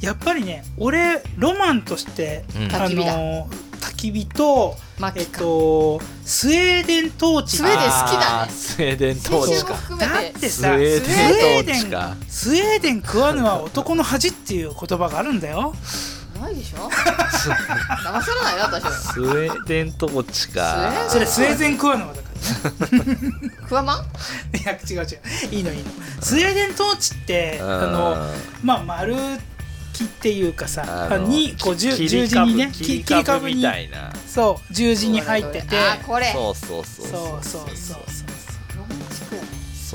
[SPEAKER 1] やっぱりね俺ロマンとして、
[SPEAKER 3] うん
[SPEAKER 1] あ
[SPEAKER 2] 焚き火だ
[SPEAKER 1] のー焚き火とえ
[SPEAKER 2] 薪
[SPEAKER 1] っ、
[SPEAKER 2] か、
[SPEAKER 1] とスウェーデントーチ
[SPEAKER 2] スウェーデン好きだね
[SPEAKER 3] あースウェーデン
[SPEAKER 2] 先
[SPEAKER 3] 当
[SPEAKER 2] 週
[SPEAKER 3] 時
[SPEAKER 2] も
[SPEAKER 3] か
[SPEAKER 2] 含
[SPEAKER 1] だ
[SPEAKER 2] め
[SPEAKER 1] っててさ
[SPEAKER 3] スウェー
[SPEAKER 1] スウェーデ
[SPEAKER 3] デントーチ
[SPEAKER 1] ン
[SPEAKER 3] か
[SPEAKER 1] スウェーデン食わぬは男の恥っていう言葉があるんだよ
[SPEAKER 2] ないでしょ騙されないな私は
[SPEAKER 3] スウェーデントーチか
[SPEAKER 1] それスウェーデン食わぬはだから
[SPEAKER 2] クワマン
[SPEAKER 1] いや違う違ういいのいいのスウェーデントーチって
[SPEAKER 3] うん
[SPEAKER 1] あのまあ丸木っていうかさ
[SPEAKER 3] あの
[SPEAKER 1] にこう十
[SPEAKER 3] 切
[SPEAKER 1] 十
[SPEAKER 3] り
[SPEAKER 1] 字
[SPEAKER 3] 株
[SPEAKER 1] にね
[SPEAKER 3] 切り
[SPEAKER 1] 切り
[SPEAKER 3] 株み
[SPEAKER 1] に
[SPEAKER 3] たいな
[SPEAKER 1] そう十字に入ってて
[SPEAKER 2] あこれ
[SPEAKER 3] そうそうそう
[SPEAKER 1] そうそうそうそう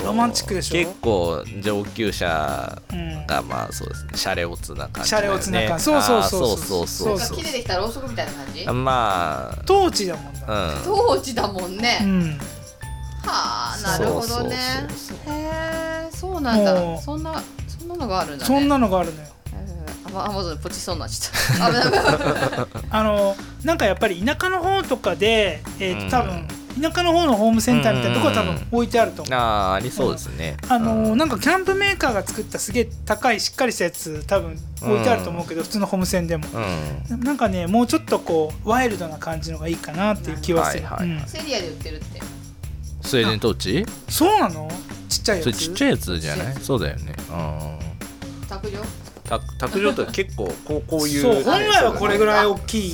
[SPEAKER 2] ロマンチックや
[SPEAKER 1] ロマンチックで
[SPEAKER 2] ね
[SPEAKER 3] そう
[SPEAKER 1] しょ
[SPEAKER 3] 結構上級者
[SPEAKER 1] うん
[SPEAKER 3] がまあそうですねシャレオツな感じだよね、
[SPEAKER 1] シャレオツな感じそうそうそう
[SPEAKER 3] あーそうそ
[SPEAKER 1] そう
[SPEAKER 3] う
[SPEAKER 1] そ
[SPEAKER 3] そうう
[SPEAKER 2] 木でできたろうそくみたいな感じ
[SPEAKER 3] まあ
[SPEAKER 1] 当時だもん
[SPEAKER 3] う
[SPEAKER 1] な、
[SPEAKER 3] ん
[SPEAKER 2] 当時だもんね、
[SPEAKER 1] うん、
[SPEAKER 2] はあなるほどね
[SPEAKER 3] そうそう
[SPEAKER 2] へえそうなんだ
[SPEAKER 1] もう
[SPEAKER 2] そんなそんなのがあるんだね
[SPEAKER 1] そんなのがあるのよ
[SPEAKER 2] うんあまあまずポチそうになっちゃった危 ない危ない
[SPEAKER 1] あのなんかやっぱり田舎の方とかで、えー
[SPEAKER 3] う
[SPEAKER 1] と
[SPEAKER 3] ん
[SPEAKER 1] 多分田舎の方のホームセンターみたいなとこは多分
[SPEAKER 3] うん
[SPEAKER 1] 置いてあると思う
[SPEAKER 3] あーありそうですね、
[SPEAKER 1] あのー
[SPEAKER 3] うん
[SPEAKER 1] なんかキャンプメーカーが作ったすげえ高いしっかりしたやつ多分置いてあると思うけど、普通のホームセンでも
[SPEAKER 3] うん
[SPEAKER 1] なんかねもうちょっとこうワイルドな感じのがいいかなっていう気はする、
[SPEAKER 3] はいはいはい
[SPEAKER 1] うん
[SPEAKER 2] セリアで売ってるって
[SPEAKER 3] スウェーデントーチ
[SPEAKER 1] そうなのちっちゃいや
[SPEAKER 3] そ
[SPEAKER 1] つ
[SPEAKER 3] れちっちゃいやつじゃないそうだよねうん
[SPEAKER 2] 卓上
[SPEAKER 3] た卓上って結構こうこういう
[SPEAKER 1] そう本来はこれぐらい大きい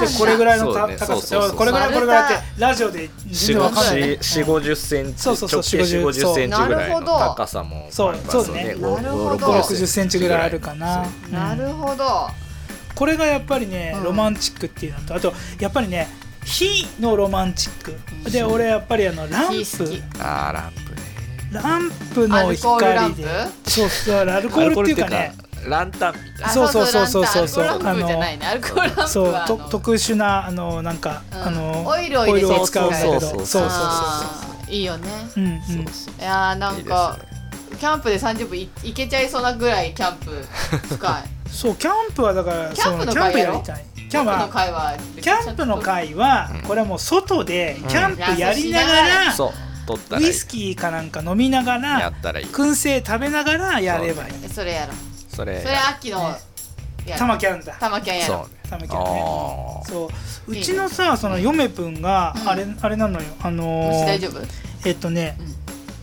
[SPEAKER 1] で
[SPEAKER 2] そうなんだ
[SPEAKER 1] これぐらいの
[SPEAKER 3] そう
[SPEAKER 1] た、
[SPEAKER 3] ね
[SPEAKER 1] 高
[SPEAKER 3] そうそう
[SPEAKER 1] さ
[SPEAKER 3] そう
[SPEAKER 1] これぐらいこれぐらいってラジオで全
[SPEAKER 3] 四
[SPEAKER 1] 然
[SPEAKER 3] 五
[SPEAKER 1] わかん
[SPEAKER 2] そ
[SPEAKER 1] な
[SPEAKER 2] う
[SPEAKER 1] い
[SPEAKER 2] だ
[SPEAKER 1] ね
[SPEAKER 2] ね
[SPEAKER 3] 十四五十センチ
[SPEAKER 1] そうそうそう
[SPEAKER 3] 直径四五十
[SPEAKER 1] 40
[SPEAKER 3] センチぐらい
[SPEAKER 2] なるほ
[SPEAKER 3] の
[SPEAKER 2] ど
[SPEAKER 3] 高さも
[SPEAKER 1] そう
[SPEAKER 3] まあ
[SPEAKER 1] そうね
[SPEAKER 3] まあ
[SPEAKER 2] なる
[SPEAKER 3] 五
[SPEAKER 2] ほど
[SPEAKER 3] 六
[SPEAKER 1] 5 6 0ンチぐらいあるかな
[SPEAKER 3] そう
[SPEAKER 2] なるほど
[SPEAKER 1] これがやっぱりね、
[SPEAKER 2] うん
[SPEAKER 1] ロマンチックっていうのとあとやっぱりね火のロマンチッ
[SPEAKER 2] う
[SPEAKER 1] ク
[SPEAKER 2] ん
[SPEAKER 1] で俺やっぱりあのラン
[SPEAKER 2] 火好き
[SPEAKER 1] プ
[SPEAKER 3] あーランプね
[SPEAKER 1] ランプ
[SPEAKER 2] ア
[SPEAKER 1] の
[SPEAKER 2] ルコールラ
[SPEAKER 1] 光
[SPEAKER 2] ンプ
[SPEAKER 1] でそうそうアルコールっていうかね
[SPEAKER 3] ランタンみたいな
[SPEAKER 2] あ
[SPEAKER 1] そうそうそうそうそうそう
[SPEAKER 2] アルコールランプじゃないねアルコールランプは
[SPEAKER 1] そう
[SPEAKER 2] あ
[SPEAKER 1] と
[SPEAKER 2] の
[SPEAKER 1] 特殊なあのなんか、
[SPEAKER 2] うん
[SPEAKER 1] あの
[SPEAKER 2] オイルを入れて
[SPEAKER 1] オイ使うんだけど
[SPEAKER 3] そう
[SPEAKER 1] そ
[SPEAKER 3] そうう
[SPEAKER 1] そうそう
[SPEAKER 2] あーいいよね
[SPEAKER 1] う、んうん、
[SPEAKER 3] そうそう
[SPEAKER 2] いやーなんか
[SPEAKER 3] いいですね
[SPEAKER 2] キャンプで30分いいけちゃいそうなぐらいキャンプ深い
[SPEAKER 1] そうキャンプはだから
[SPEAKER 2] キャンプの
[SPEAKER 1] そのキャンプ
[SPEAKER 2] 会や
[SPEAKER 1] や
[SPEAKER 2] ろ
[SPEAKER 1] りたい
[SPEAKER 2] キ
[SPEAKER 1] キ
[SPEAKER 2] ャ
[SPEAKER 1] ャンプ
[SPEAKER 2] ンプの
[SPEAKER 1] は
[SPEAKER 2] 会は
[SPEAKER 1] キャンプの会は
[SPEAKER 3] うん
[SPEAKER 1] これはもう外で
[SPEAKER 3] うん
[SPEAKER 1] キャンプやりながら、
[SPEAKER 3] そう取った
[SPEAKER 1] ウ
[SPEAKER 3] らいい
[SPEAKER 1] イスキーかなんか飲みなが
[SPEAKER 3] や
[SPEAKER 1] ら
[SPEAKER 3] ったらいい
[SPEAKER 1] 燻製食べながらやればいい、
[SPEAKER 2] えそれやろう
[SPEAKER 3] それ
[SPEAKER 2] それ秋の
[SPEAKER 1] ね
[SPEAKER 2] や
[SPEAKER 1] 玉
[SPEAKER 2] ろ
[SPEAKER 1] キャンだ
[SPEAKER 2] 玉キャンやろ
[SPEAKER 3] そう
[SPEAKER 2] う
[SPEAKER 3] ね
[SPEAKER 1] 玉キャンね
[SPEAKER 3] あー
[SPEAKER 1] そううちのさその嫁くんが
[SPEAKER 2] うん
[SPEAKER 1] あれあれなのよあの
[SPEAKER 2] 虫大
[SPEAKER 1] ー
[SPEAKER 2] 丈夫
[SPEAKER 1] えっとね
[SPEAKER 2] うん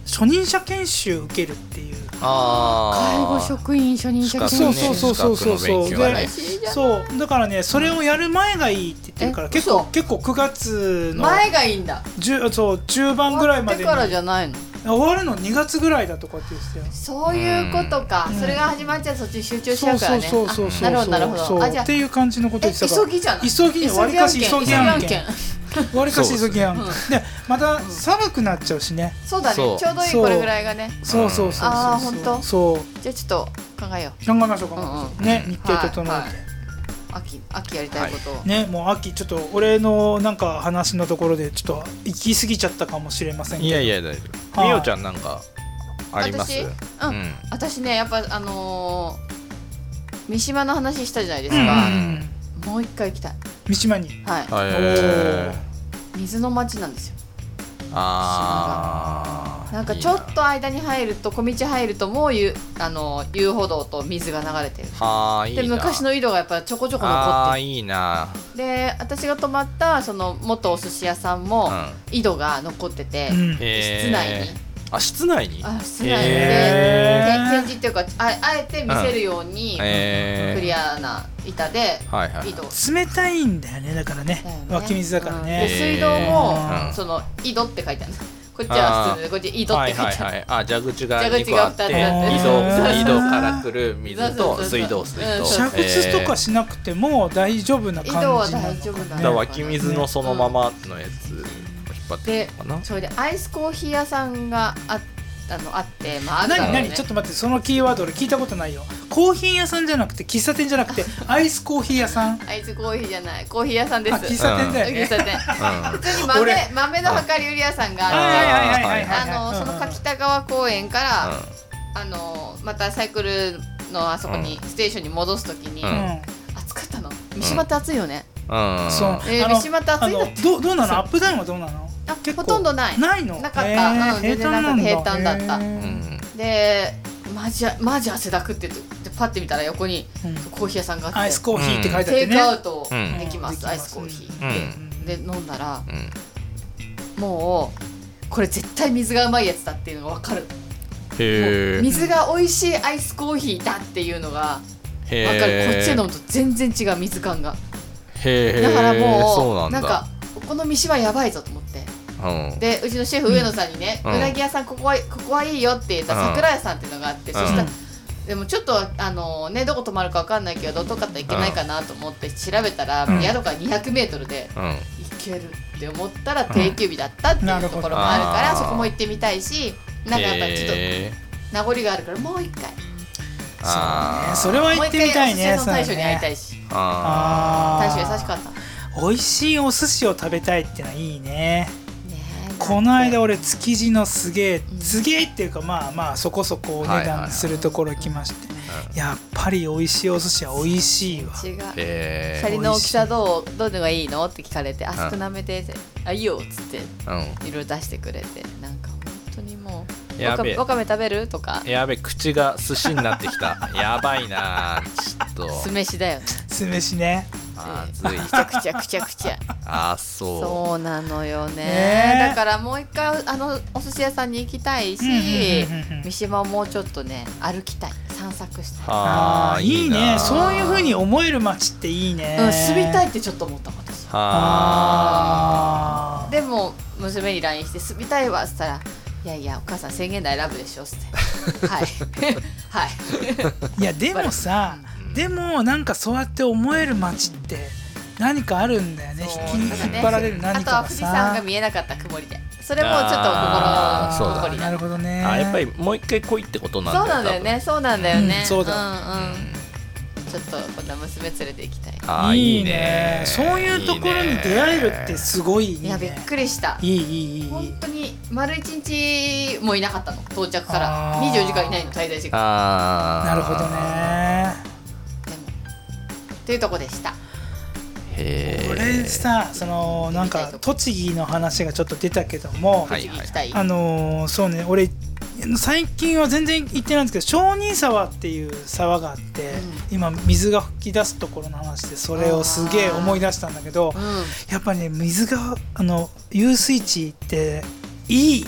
[SPEAKER 1] 初任者研修受けるっていう
[SPEAKER 3] あー
[SPEAKER 2] 員初任
[SPEAKER 3] 資格
[SPEAKER 1] そ
[SPEAKER 3] ね
[SPEAKER 1] うそうそうそうそう
[SPEAKER 3] 資格の勉強はね
[SPEAKER 1] そうだからねそれをやる前がいいって言ってるから
[SPEAKER 2] え
[SPEAKER 1] 結構
[SPEAKER 2] 嘘
[SPEAKER 1] 結構9月の
[SPEAKER 2] 前がいいんだ
[SPEAKER 1] じゅそう中盤ぐらいまでに
[SPEAKER 2] 終わってからじゃないの
[SPEAKER 1] 終わるの2月ぐらいだとかって言ってたよ
[SPEAKER 2] そういうことか、
[SPEAKER 1] うん
[SPEAKER 2] それが始まっちゃうとそっちに集中しち
[SPEAKER 1] そ
[SPEAKER 2] ゃ
[SPEAKER 1] う
[SPEAKER 2] うから
[SPEAKER 1] そう
[SPEAKER 2] ね
[SPEAKER 1] そうそう
[SPEAKER 2] あ
[SPEAKER 1] そう
[SPEAKER 2] なるほどなるほ
[SPEAKER 1] そ
[SPEAKER 2] ど
[SPEAKER 1] う
[SPEAKER 2] あじゃ
[SPEAKER 1] っ
[SPEAKER 2] あ
[SPEAKER 1] ていう感じのこと
[SPEAKER 2] え
[SPEAKER 1] 言ってたから
[SPEAKER 2] 急ぎじゃない
[SPEAKER 1] 急ぎわりかし急ぎ案
[SPEAKER 2] 急ぎ
[SPEAKER 1] 件
[SPEAKER 2] 案件
[SPEAKER 1] わりかし急ぎ案件
[SPEAKER 2] そうで
[SPEAKER 1] でまた寒くなっちゃうしね
[SPEAKER 2] そうだねち
[SPEAKER 3] そ
[SPEAKER 2] ょ
[SPEAKER 3] う
[SPEAKER 2] うどいいこれぐらいがね
[SPEAKER 1] そうそうそう
[SPEAKER 2] あー
[SPEAKER 1] そう
[SPEAKER 2] ほんと
[SPEAKER 1] そう
[SPEAKER 2] じゃあちょっと考えよ
[SPEAKER 1] 考えましょう考えましょうね
[SPEAKER 3] うん
[SPEAKER 1] 日
[SPEAKER 2] う
[SPEAKER 1] 程整
[SPEAKER 2] はいは
[SPEAKER 1] え
[SPEAKER 2] い秋秋やりたいことを、
[SPEAKER 1] てねもう秋ちょっと俺のなんか話のところでちょっと行き過ぎちゃったかもしれませんけど
[SPEAKER 3] いやいや大丈夫
[SPEAKER 1] はい
[SPEAKER 3] みおちゃんなんかあります
[SPEAKER 2] 私うん私ねやっぱあのー三島の話したじゃないです
[SPEAKER 1] うん
[SPEAKER 2] か、
[SPEAKER 1] うん
[SPEAKER 2] もう一回行きたい
[SPEAKER 1] 三島に
[SPEAKER 2] はい、
[SPEAKER 3] へー
[SPEAKER 2] 水の町なんですよ
[SPEAKER 3] あー
[SPEAKER 2] なんかちょっと間に入ると小道入るともうゆあのー遊歩道と水が流れてる
[SPEAKER 3] はあいい
[SPEAKER 2] で
[SPEAKER 3] な
[SPEAKER 2] 昔の井戸がやっぱちょこちょこ残
[SPEAKER 3] あ
[SPEAKER 2] っ
[SPEAKER 3] ーいいな
[SPEAKER 2] てるで私が泊まったその元お寿司屋さん
[SPEAKER 3] う
[SPEAKER 2] も
[SPEAKER 3] ん
[SPEAKER 2] 井戸が残ってて、
[SPEAKER 1] うん
[SPEAKER 3] へ
[SPEAKER 2] 室
[SPEAKER 3] ー
[SPEAKER 2] 内に
[SPEAKER 3] あ室内に
[SPEAKER 2] あ室内で、
[SPEAKER 1] へー
[SPEAKER 2] て展示っていうかああえて見せるように、
[SPEAKER 3] えー
[SPEAKER 2] クリアな板で
[SPEAKER 3] はいはい
[SPEAKER 2] 井戸
[SPEAKER 1] 冷たいんだよねだからね
[SPEAKER 2] だよね
[SPEAKER 1] 湧き水だから
[SPEAKER 2] うんで
[SPEAKER 1] ね
[SPEAKER 3] えー
[SPEAKER 2] 水道も、
[SPEAKER 3] うん
[SPEAKER 2] その井戸って書いてあるこっちは普通でこっち井戸って書いてある、
[SPEAKER 3] はいはいはい、あ蛇口が
[SPEAKER 2] 蛇
[SPEAKER 3] 2
[SPEAKER 2] 口
[SPEAKER 3] 個
[SPEAKER 2] が
[SPEAKER 3] あ
[SPEAKER 2] 二
[SPEAKER 3] っ
[SPEAKER 2] つあってて
[SPEAKER 3] 井戸井戸から来る水
[SPEAKER 2] そうそ
[SPEAKER 3] と
[SPEAKER 2] うそう
[SPEAKER 3] 水道
[SPEAKER 2] う
[SPEAKER 3] 水と
[SPEAKER 2] ん
[SPEAKER 1] 煮沸とか
[SPEAKER 3] し
[SPEAKER 1] しなくても大丈夫な感じなのか
[SPEAKER 2] 井戸は大丈夫だ
[SPEAKER 1] ね
[SPEAKER 2] よ
[SPEAKER 3] 湧き水のそのままのやつを引っ張ってくるのかな
[SPEAKER 2] それでアイスコーヒー屋さんがああのあってまああったの
[SPEAKER 1] 何
[SPEAKER 2] ね
[SPEAKER 1] 何ちょっと待ってそのキーワード俺聞いたことないよコーヒー屋さんじゃなくて喫茶店じゃなくてアイスコーヒー屋さんあ
[SPEAKER 2] アイスコーヒーじゃないコーヒー屋さんです
[SPEAKER 1] 喫茶店だよ
[SPEAKER 2] 喫
[SPEAKER 1] ね
[SPEAKER 2] 茶 店
[SPEAKER 3] うん
[SPEAKER 2] 普通に豆
[SPEAKER 1] 俺
[SPEAKER 2] 豆の量り売り屋さんが
[SPEAKER 1] はい
[SPEAKER 2] ある
[SPEAKER 1] はいはいはいはいはい
[SPEAKER 2] あのその
[SPEAKER 1] うん
[SPEAKER 2] 柿田川公園から、あのまたサイクルのあそこに、ステーションに戻すときに、
[SPEAKER 3] う
[SPEAKER 2] 暑かったの三島って暑いよね、
[SPEAKER 3] うん、う
[SPEAKER 1] うんんそう
[SPEAKER 2] えー
[SPEAKER 1] あの
[SPEAKER 2] 三島って暑い
[SPEAKER 1] あ
[SPEAKER 2] んだって
[SPEAKER 1] のどうどうな
[SPEAKER 2] そう
[SPEAKER 1] のアップダウンはどうなの
[SPEAKER 2] あ
[SPEAKER 1] 結構
[SPEAKER 2] ほとんどない
[SPEAKER 1] ないの
[SPEAKER 2] なかった
[SPEAKER 1] へー
[SPEAKER 2] うん全然なかっ
[SPEAKER 1] 平坦
[SPEAKER 2] た
[SPEAKER 1] な
[SPEAKER 2] 平
[SPEAKER 1] ん
[SPEAKER 2] 坦
[SPEAKER 1] だ
[SPEAKER 2] だった
[SPEAKER 1] へ
[SPEAKER 3] う
[SPEAKER 1] ー
[SPEAKER 3] ん
[SPEAKER 2] でマジマジ汗だくっててパッて見たら横に
[SPEAKER 1] うん
[SPEAKER 2] コーヒー屋さんがあって
[SPEAKER 1] アイスコーヒーって書いてあっ
[SPEAKER 2] テ
[SPEAKER 1] て
[SPEAKER 2] イ
[SPEAKER 1] ね
[SPEAKER 2] クアウト
[SPEAKER 3] うん
[SPEAKER 2] できま、
[SPEAKER 1] うんですきます
[SPEAKER 2] アイスコーヒー、
[SPEAKER 1] うん
[SPEAKER 2] で飲んだら
[SPEAKER 3] うん
[SPEAKER 2] もうこれ絶対水がうまいやつだっていうのが分かる、
[SPEAKER 3] へー
[SPEAKER 2] 水が美味しいアイスコーヒーだっていうのが
[SPEAKER 3] へ
[SPEAKER 2] 分
[SPEAKER 3] ー
[SPEAKER 2] かる、こっちで飲むと全然違う水感が
[SPEAKER 3] へー
[SPEAKER 2] だからもう
[SPEAKER 3] そうなんだ
[SPEAKER 2] かこの飯はやばいぞと思って
[SPEAKER 3] うん、
[SPEAKER 2] でうちのシェフ上野さんにね、う
[SPEAKER 3] うん
[SPEAKER 2] なぎ屋さんここはここはいいよって言った
[SPEAKER 3] うん
[SPEAKER 2] 桜屋さんっていうのがあって、
[SPEAKER 3] うん
[SPEAKER 2] そしたらでもちょっとあのねどこ泊まるかわかんないけどどっかったらいけないかなと思って調べたら、
[SPEAKER 1] うん
[SPEAKER 2] 宿から 200m で
[SPEAKER 3] うん、
[SPEAKER 2] 行けるって思ったら定休日だったっていうところもあるから、
[SPEAKER 3] うん
[SPEAKER 2] そこも行ってみたいしなんかやっぱりちょっと
[SPEAKER 3] え
[SPEAKER 2] 名残があるからもう一回
[SPEAKER 3] ーあー
[SPEAKER 1] それは行ってみたいね
[SPEAKER 2] もう一回お寿司屋の大将に会いた
[SPEAKER 1] い
[SPEAKER 2] いし
[SPEAKER 1] あ
[SPEAKER 3] あ
[SPEAKER 2] 大
[SPEAKER 1] ー
[SPEAKER 2] 将優しかったね
[SPEAKER 1] 美味しいお寿司を食べたいってのはいいね
[SPEAKER 2] え
[SPEAKER 1] この間俺築地のすげえ
[SPEAKER 2] うん
[SPEAKER 1] すげえっていうかまあまあそこそこお値段するところ来ましてやっぱり美味しいお寿司は美味しいわ
[SPEAKER 2] 違う
[SPEAKER 3] ーえ
[SPEAKER 2] シャリの大きさどうどういうのがいいのって聞かれてあ少なめでってあいいよっつって
[SPEAKER 3] ー
[SPEAKER 2] いろいろ出してくれてなんか本当にも
[SPEAKER 3] うん
[SPEAKER 2] うわ
[SPEAKER 3] や
[SPEAKER 2] か
[SPEAKER 3] べえ
[SPEAKER 2] わかめ食べるとか
[SPEAKER 3] やべえ口が寿司になってきた やばいなーちょっ
[SPEAKER 2] 酢
[SPEAKER 3] と
[SPEAKER 2] 飯だよね
[SPEAKER 1] 酢飯ね
[SPEAKER 3] まずい
[SPEAKER 2] くちゃくちゃくちゃくちゃ
[SPEAKER 3] あーそ
[SPEAKER 2] そうなのよね
[SPEAKER 1] ねえ
[SPEAKER 2] だからもう一回あのお寿司屋さんに行きたい
[SPEAKER 1] う
[SPEAKER 2] し、
[SPEAKER 1] んうんうんうん
[SPEAKER 2] 三島をもうちょっとね歩きたい散策した
[SPEAKER 3] う
[SPEAKER 2] い、
[SPEAKER 3] あ
[SPEAKER 1] あ
[SPEAKER 3] ー
[SPEAKER 1] ーいい
[SPEAKER 3] な
[SPEAKER 1] ね
[SPEAKER 3] ー
[SPEAKER 1] そういう風に思える街っていいね
[SPEAKER 2] うん住みたいってちょっと思った私
[SPEAKER 3] あ
[SPEAKER 1] あー
[SPEAKER 2] でも娘に LINE して「住みたいわ」っつったら「いやいやお母さん宣言台選ぶでしょ」っつって「はい はい
[SPEAKER 1] いやでもさでもなんかそうやって思える街って何かあるんだよね
[SPEAKER 2] そう
[SPEAKER 1] 引きに
[SPEAKER 2] なんかね
[SPEAKER 1] 引っ張られる」
[SPEAKER 2] あ
[SPEAKER 1] 何
[SPEAKER 2] とは
[SPEAKER 1] かが
[SPEAKER 2] 富士山が
[SPEAKER 1] さ
[SPEAKER 2] 見えなかった曇りでそれもちょっと心の
[SPEAKER 3] あ
[SPEAKER 1] あ
[SPEAKER 3] ーそうだ
[SPEAKER 2] 残
[SPEAKER 1] ー
[SPEAKER 2] り
[SPEAKER 1] な
[SPEAKER 2] だ
[SPEAKER 1] るほどね
[SPEAKER 3] あやっぱりもう一回来いってことなんだ
[SPEAKER 2] そうなんだよねそうなんだよね、
[SPEAKER 1] うんそうだ
[SPEAKER 2] うんう
[SPEAKER 3] 多
[SPEAKER 2] ん
[SPEAKER 3] 分
[SPEAKER 2] ちょっとこんな娘連れて行きたい。
[SPEAKER 3] あーいいね
[SPEAKER 1] そういうところに出会えるってすごいいい
[SPEAKER 2] い
[SPEAKER 1] ね
[SPEAKER 2] やびっくりした。
[SPEAKER 1] いいいいいい
[SPEAKER 2] 本当に丸一日もいなかったの到着か
[SPEAKER 1] あ
[SPEAKER 2] ら
[SPEAKER 1] ー
[SPEAKER 2] 24時間いないの滞在時間
[SPEAKER 3] あー
[SPEAKER 1] なるほどね
[SPEAKER 2] でもというとこでした
[SPEAKER 3] へえ
[SPEAKER 1] 俺さそのなんか栃木の話がちょっと出たけども、
[SPEAKER 3] はい
[SPEAKER 2] 次行きたい、
[SPEAKER 1] あのーそうね俺最近は全然行ってないんですけど小児沢っていう沢があって、今水が噴き出すところの話でそれをすげえ思い出したんだけどやっぱね水があの遊水地っていい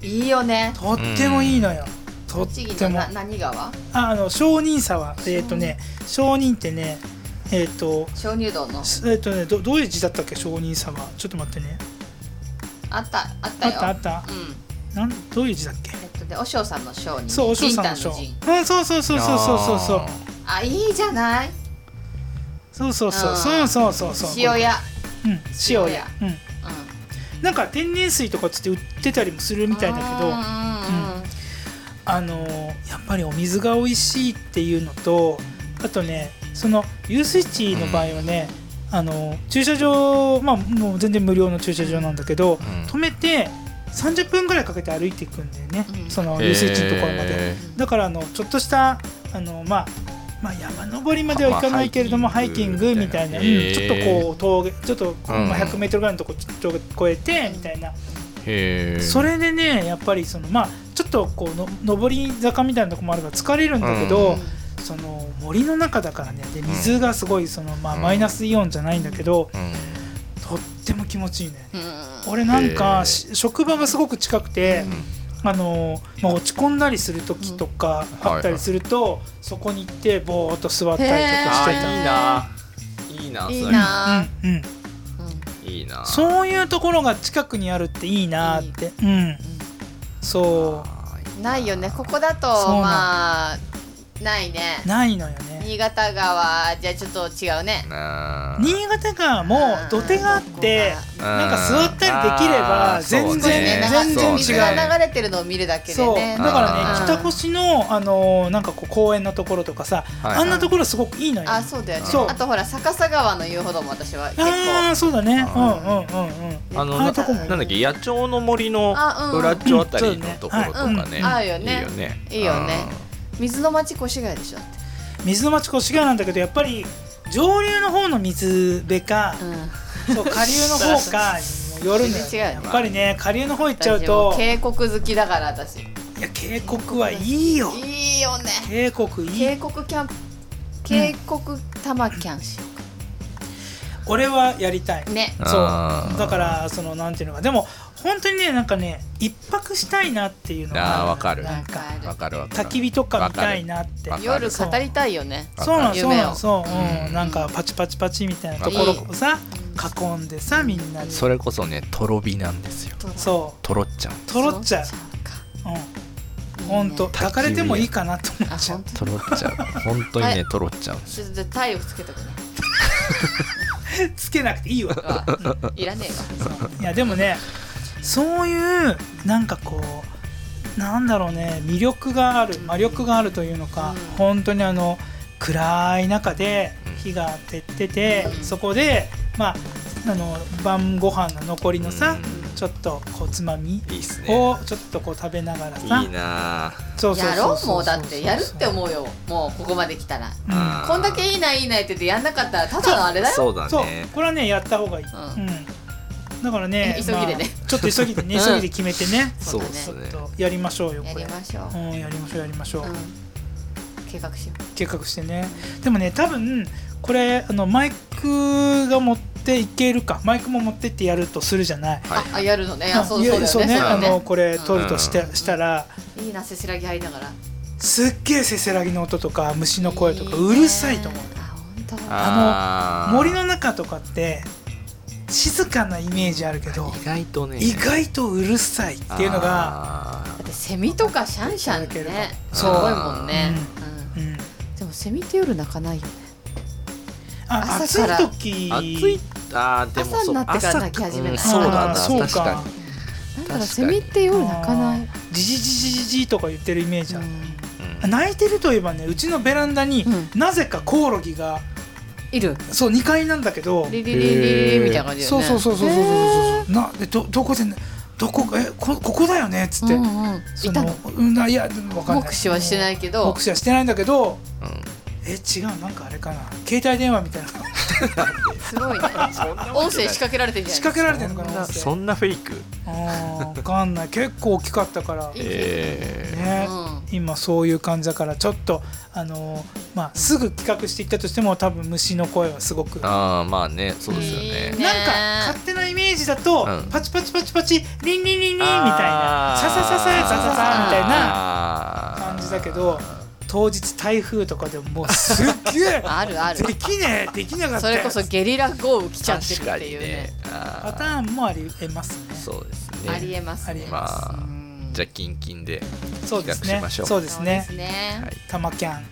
[SPEAKER 2] うんいいよね
[SPEAKER 1] とってもいいのよ、とっ
[SPEAKER 2] 栃木
[SPEAKER 1] て
[SPEAKER 2] の
[SPEAKER 1] も
[SPEAKER 2] な何川
[SPEAKER 1] ああの承認差はえっ、とね承認ってねえっ、と
[SPEAKER 2] 鍾乳洞の
[SPEAKER 1] すえっ、とねどどういう字だったっけ承認差はちょっと待ってね
[SPEAKER 2] あったあっ
[SPEAKER 1] あ
[SPEAKER 2] た
[SPEAKER 1] っ
[SPEAKER 2] よ
[SPEAKER 1] たあった
[SPEAKER 2] うん
[SPEAKER 1] なんどういう字だっけ
[SPEAKER 2] えっとね和尚さんの章に
[SPEAKER 1] そうお尚さんの
[SPEAKER 2] 仁
[SPEAKER 1] 章
[SPEAKER 2] 丹の仁
[SPEAKER 1] うんそうそうそうそうそうそうそう
[SPEAKER 2] あいいじゃない
[SPEAKER 1] そうそうそう
[SPEAKER 2] うん
[SPEAKER 1] そうそうそうそう
[SPEAKER 2] 塩屋
[SPEAKER 1] うん塩
[SPEAKER 2] 塩
[SPEAKER 1] や
[SPEAKER 2] 屋
[SPEAKER 1] うんなんか天然水とかつって売ってたりもする
[SPEAKER 2] うん
[SPEAKER 1] みたいだけど
[SPEAKER 2] うんうんうん
[SPEAKER 1] あのーやっぱりお水が美味しいっていうのとあとねその遊水地の場合はね、あのー駐車場まあもう全然無料の駐車場なんだけど、
[SPEAKER 3] ん
[SPEAKER 1] 止めて30分ぐらいかけて歩いていくんだよね、
[SPEAKER 2] うん
[SPEAKER 1] その
[SPEAKER 3] へー
[SPEAKER 1] 遊水地のところまで。だからあのちょっとしたあの、まあまあ、山登りまでは行かないけれども、
[SPEAKER 3] まあ
[SPEAKER 1] ハ
[SPEAKER 3] ハ
[SPEAKER 1] イ
[SPEAKER 3] イ
[SPEAKER 1] キ
[SPEAKER 3] キ
[SPEAKER 1] ン
[SPEAKER 3] ン
[SPEAKER 1] グ
[SPEAKER 3] グ
[SPEAKER 1] み
[SPEAKER 3] み
[SPEAKER 1] た
[SPEAKER 3] た
[SPEAKER 1] い
[SPEAKER 3] い
[SPEAKER 1] な、う
[SPEAKER 3] な
[SPEAKER 1] んちょっとこう峠ちょっとこう、
[SPEAKER 3] うん
[SPEAKER 1] まあ、100メートルぐらいのとこちょっと越えてみたいな、
[SPEAKER 3] へえ
[SPEAKER 1] それでねやっぱりそのまあちょっとこうの上り坂みたいなとこもあるから疲れるんだけど、その森の中だからねで水がすごいその、まあ、
[SPEAKER 3] うん
[SPEAKER 1] マイナスイオンじゃないんだけど、
[SPEAKER 3] うん
[SPEAKER 1] とっても気持ちいいね。
[SPEAKER 2] うん
[SPEAKER 1] 俺なん
[SPEAKER 3] へ
[SPEAKER 1] か
[SPEAKER 3] ー
[SPEAKER 1] し職場がすごく近くて、あのまあ、落ち込んだりする時とか
[SPEAKER 3] うん
[SPEAKER 1] あったりすると、そこに行ってぼーっと座ったりとか
[SPEAKER 3] あ
[SPEAKER 1] して
[SPEAKER 2] へ
[SPEAKER 3] ー
[SPEAKER 1] た。
[SPEAKER 3] いいないい
[SPEAKER 2] い
[SPEAKER 3] いなそれ
[SPEAKER 2] なあ
[SPEAKER 1] うんうん、
[SPEAKER 2] うんうん
[SPEAKER 3] いいな
[SPEAKER 1] そういうところが近くにあるっていいなーって、うん、そ
[SPEAKER 3] あーいい
[SPEAKER 2] ないよねここだと
[SPEAKER 1] そうなの
[SPEAKER 2] まあないね
[SPEAKER 1] うないのよね
[SPEAKER 2] 新潟川じゃちょっと違うね
[SPEAKER 3] な
[SPEAKER 1] 新潟がもう土手があって
[SPEAKER 2] ここが
[SPEAKER 1] なんか座ったりできれば
[SPEAKER 3] あーそう
[SPEAKER 1] 全然、
[SPEAKER 3] ね
[SPEAKER 2] なんか
[SPEAKER 1] 全然
[SPEAKER 2] 水
[SPEAKER 1] 違う
[SPEAKER 2] が流れてるのを見るだけで
[SPEAKER 1] そう
[SPEAKER 2] ね
[SPEAKER 1] だから
[SPEAKER 3] う
[SPEAKER 1] ね
[SPEAKER 3] ん
[SPEAKER 1] 北越の、あのーなんかこう公園のところとかさ、
[SPEAKER 3] はいはい
[SPEAKER 1] あんなところすごくいいのよ。
[SPEAKER 2] あそうだよね
[SPEAKER 1] そう
[SPEAKER 2] あとほら逆さ川の遊歩道も私は結
[SPEAKER 1] あ
[SPEAKER 2] 構
[SPEAKER 1] ーそうだねう
[SPEAKER 3] うん
[SPEAKER 1] うん
[SPEAKER 3] ん
[SPEAKER 1] うんうん
[SPEAKER 3] あの
[SPEAKER 1] ああい
[SPEAKER 3] な
[SPEAKER 1] うとこも
[SPEAKER 3] んだっけ野鳥の森の
[SPEAKER 2] あうん
[SPEAKER 3] 裏っちょあたりのところとか
[SPEAKER 2] うん
[SPEAKER 3] ね
[SPEAKER 2] そうねはいうんあるよね
[SPEAKER 3] いいよね
[SPEAKER 2] いいよね水の町越谷でしょだって
[SPEAKER 1] 水の町越谷なんだけどやっぱり上流の方の水辺か、そう下流の方かにもよるのよ
[SPEAKER 2] 全然違うよ
[SPEAKER 1] や
[SPEAKER 2] ね
[SPEAKER 1] っぱりね下流の方行っちゃう
[SPEAKER 2] 私も
[SPEAKER 1] と
[SPEAKER 2] 渓谷好きだから私
[SPEAKER 1] いや渓谷はいいよ
[SPEAKER 2] いいよね
[SPEAKER 1] 渓谷いい
[SPEAKER 2] 渓谷キャンプ渓谷玉キャンしよう
[SPEAKER 1] 俺はやりたい
[SPEAKER 2] かね
[SPEAKER 1] そう
[SPEAKER 3] あー
[SPEAKER 1] だからそのなんていうのかでも本当にねなんかね一泊したいなっていうのが
[SPEAKER 3] あーわかる
[SPEAKER 1] なんか
[SPEAKER 2] わかる
[SPEAKER 3] わかるわか
[SPEAKER 1] 焚
[SPEAKER 3] る
[SPEAKER 1] き火とか見たいなって
[SPEAKER 3] わかる
[SPEAKER 2] 夜語りたいよね
[SPEAKER 1] そうなのそうな
[SPEAKER 2] 夢
[SPEAKER 1] の
[SPEAKER 2] を
[SPEAKER 1] そう、うん
[SPEAKER 3] うん
[SPEAKER 1] なんかパチパチパチみたいなところをさ囲んでさみんなで
[SPEAKER 3] それこそねとろ火なんですよ
[SPEAKER 1] そ
[SPEAKER 3] とろっちゃう
[SPEAKER 1] うとろっちゃう
[SPEAKER 2] そか
[SPEAKER 1] うんほんと
[SPEAKER 2] いいね
[SPEAKER 1] 抱かれてもいいかなと思
[SPEAKER 2] あ
[SPEAKER 1] っちゃ
[SPEAKER 2] 本
[SPEAKER 1] う
[SPEAKER 2] 当
[SPEAKER 3] とろっ ちゃう本当に
[SPEAKER 2] は
[SPEAKER 3] ね
[SPEAKER 2] い
[SPEAKER 3] とろっちゃうんです
[SPEAKER 2] ちょっと体力つけとくね
[SPEAKER 1] つけなくていいわ
[SPEAKER 2] わいらねえわ
[SPEAKER 1] いやでもねそういうなんかこうなんだろうね魅力がある魔力があるというのか、
[SPEAKER 2] うん
[SPEAKER 1] 本当にあの暗い中で
[SPEAKER 3] うん
[SPEAKER 1] 火が照ってて、
[SPEAKER 2] うん
[SPEAKER 1] そこでまああの晩ご飯の残りのさ、
[SPEAKER 3] う
[SPEAKER 1] ちょっとこうつまみ
[SPEAKER 3] いいっすね
[SPEAKER 1] をちょっとこう食べながらさ
[SPEAKER 3] いいなあ
[SPEAKER 1] そうそう
[SPEAKER 2] や
[SPEAKER 1] そ
[SPEAKER 2] ろ
[SPEAKER 1] う
[SPEAKER 2] う
[SPEAKER 1] そ
[SPEAKER 2] も
[SPEAKER 1] う
[SPEAKER 2] うだってやるって
[SPEAKER 1] う、
[SPEAKER 2] 思うよもうここまで来たら
[SPEAKER 1] うん
[SPEAKER 3] あー
[SPEAKER 2] こんだけいいないいないって言ってやんなかったらただのあれだよ
[SPEAKER 3] そうだ
[SPEAKER 1] そう
[SPEAKER 3] ね
[SPEAKER 1] これはねやった方がいい、う
[SPEAKER 2] うん
[SPEAKER 1] だからね
[SPEAKER 2] え急ぎでね
[SPEAKER 1] まあちょっと急ぎでね
[SPEAKER 2] うん
[SPEAKER 1] 急ぎで決めてね、
[SPEAKER 3] そう
[SPEAKER 2] そう
[SPEAKER 3] で
[SPEAKER 2] だね
[SPEAKER 1] ち
[SPEAKER 3] す
[SPEAKER 1] ょっ
[SPEAKER 3] ね
[SPEAKER 1] とやりましょうよ
[SPEAKER 2] や
[SPEAKER 1] これ
[SPEAKER 2] りましょう、
[SPEAKER 1] うん、やりましょうやりましょう、
[SPEAKER 2] うん、計画しよう
[SPEAKER 1] 計画してねでもね多分これあのマイクが持っていけるかマイクも持ってってやるとするじゃない
[SPEAKER 3] はい
[SPEAKER 2] ああやるのねあそう
[SPEAKER 1] い
[SPEAKER 2] そうだ
[SPEAKER 1] や
[SPEAKER 2] よね
[SPEAKER 1] そうね
[SPEAKER 2] そうだ
[SPEAKER 1] あ
[SPEAKER 2] よね
[SPEAKER 1] のこれ
[SPEAKER 2] うん
[SPEAKER 1] 撮るとして、
[SPEAKER 2] ん
[SPEAKER 1] したら
[SPEAKER 2] いいなせせらぎ入りながら
[SPEAKER 1] すっげえせせらぎの音とか虫の声とかうるさいと思う
[SPEAKER 2] いいねあ本当
[SPEAKER 3] あー
[SPEAKER 1] 森の中とかって静かなイメージあるけど
[SPEAKER 3] 意外とね
[SPEAKER 1] 意外とうるさいっていうのが、
[SPEAKER 3] が
[SPEAKER 2] だってセミとかシャンシャンってねす
[SPEAKER 3] そう
[SPEAKER 2] ごいもんね、うん
[SPEAKER 1] うん、
[SPEAKER 2] でもセミって夜泣かないよね
[SPEAKER 1] あ暑
[SPEAKER 2] 朝から
[SPEAKER 1] い時
[SPEAKER 3] 暑いあーでも
[SPEAKER 2] 朝
[SPEAKER 3] そ
[SPEAKER 2] に
[SPEAKER 3] う
[SPEAKER 2] なってから
[SPEAKER 3] 朝
[SPEAKER 2] 泣き始めた
[SPEAKER 3] うんそうだ
[SPEAKER 1] あー
[SPEAKER 3] な
[SPEAKER 1] そうか
[SPEAKER 3] 確か
[SPEAKER 2] なんだろう
[SPEAKER 3] 確か
[SPEAKER 2] セ
[SPEAKER 3] に
[SPEAKER 2] ミって夜泣かない、
[SPEAKER 1] ジジジジジジとか言ってるイメージある、
[SPEAKER 2] う
[SPEAKER 3] に
[SPEAKER 1] 泣いてるといえばねうちのベランダに、
[SPEAKER 2] うん
[SPEAKER 1] なぜかコオロギが
[SPEAKER 2] ん、いる
[SPEAKER 1] そう2階なんだけど
[SPEAKER 2] リリリリリリみたいな感じだ
[SPEAKER 1] そ
[SPEAKER 2] よ
[SPEAKER 1] う
[SPEAKER 2] ね
[SPEAKER 1] そうそうそうそうそう
[SPEAKER 2] へ
[SPEAKER 1] そうなでどどこでどこえこここだよねっつって、
[SPEAKER 2] ーうんうん、い
[SPEAKER 1] そ
[SPEAKER 2] た
[SPEAKER 1] の
[SPEAKER 2] の
[SPEAKER 1] うんないやわかんない
[SPEAKER 2] 目視はしてないいけど
[SPEAKER 1] 目視はしてないんだけど
[SPEAKER 3] うんうん
[SPEAKER 1] え違うなんかあれかな携帯電話みたいな
[SPEAKER 2] すごいね音声仕掛けられてるんじ
[SPEAKER 1] 仕
[SPEAKER 2] ゃ
[SPEAKER 1] 掛
[SPEAKER 2] ない
[SPEAKER 1] けられてるのかな音
[SPEAKER 3] そんなフェイク
[SPEAKER 1] 声うんわかんない結構大きかったから
[SPEAKER 2] いい
[SPEAKER 3] え
[SPEAKER 1] ね、
[SPEAKER 2] う
[SPEAKER 1] 今そういう感じだからちょっとあのーまあすぐ企画していったとしても多分虫の声はすごく
[SPEAKER 3] ー、ああまあねそうですよね
[SPEAKER 2] いい
[SPEAKER 1] な
[SPEAKER 2] ね
[SPEAKER 1] んか勝手なイメージだと、
[SPEAKER 3] うん
[SPEAKER 1] パチパチパチパチリンリンリンリンみたい
[SPEAKER 3] あ
[SPEAKER 1] な
[SPEAKER 3] ー
[SPEAKER 1] ササササササササみたいな
[SPEAKER 3] な
[SPEAKER 1] 感じだけど当日台風とかでももうすっげえ
[SPEAKER 2] あ るある
[SPEAKER 1] できねえできなかった
[SPEAKER 2] それこそ
[SPEAKER 1] よ
[SPEAKER 2] ゲリラ豪雨来ちゃってる
[SPEAKER 3] 確
[SPEAKER 2] っ
[SPEAKER 3] か
[SPEAKER 2] てい
[SPEAKER 3] に
[SPEAKER 2] うね
[SPEAKER 3] ねパ
[SPEAKER 1] パターンもありえますね
[SPEAKER 3] そうですね
[SPEAKER 2] ありえます
[SPEAKER 1] ありえ
[SPEAKER 2] ね
[SPEAKER 3] ま
[SPEAKER 2] う
[SPEAKER 3] あ
[SPEAKER 2] ん
[SPEAKER 3] じゃあキンキンで
[SPEAKER 1] そうですね
[SPEAKER 3] 企画しましょう
[SPEAKER 1] そうですね
[SPEAKER 2] そうですね
[SPEAKER 3] はい
[SPEAKER 1] たまキャン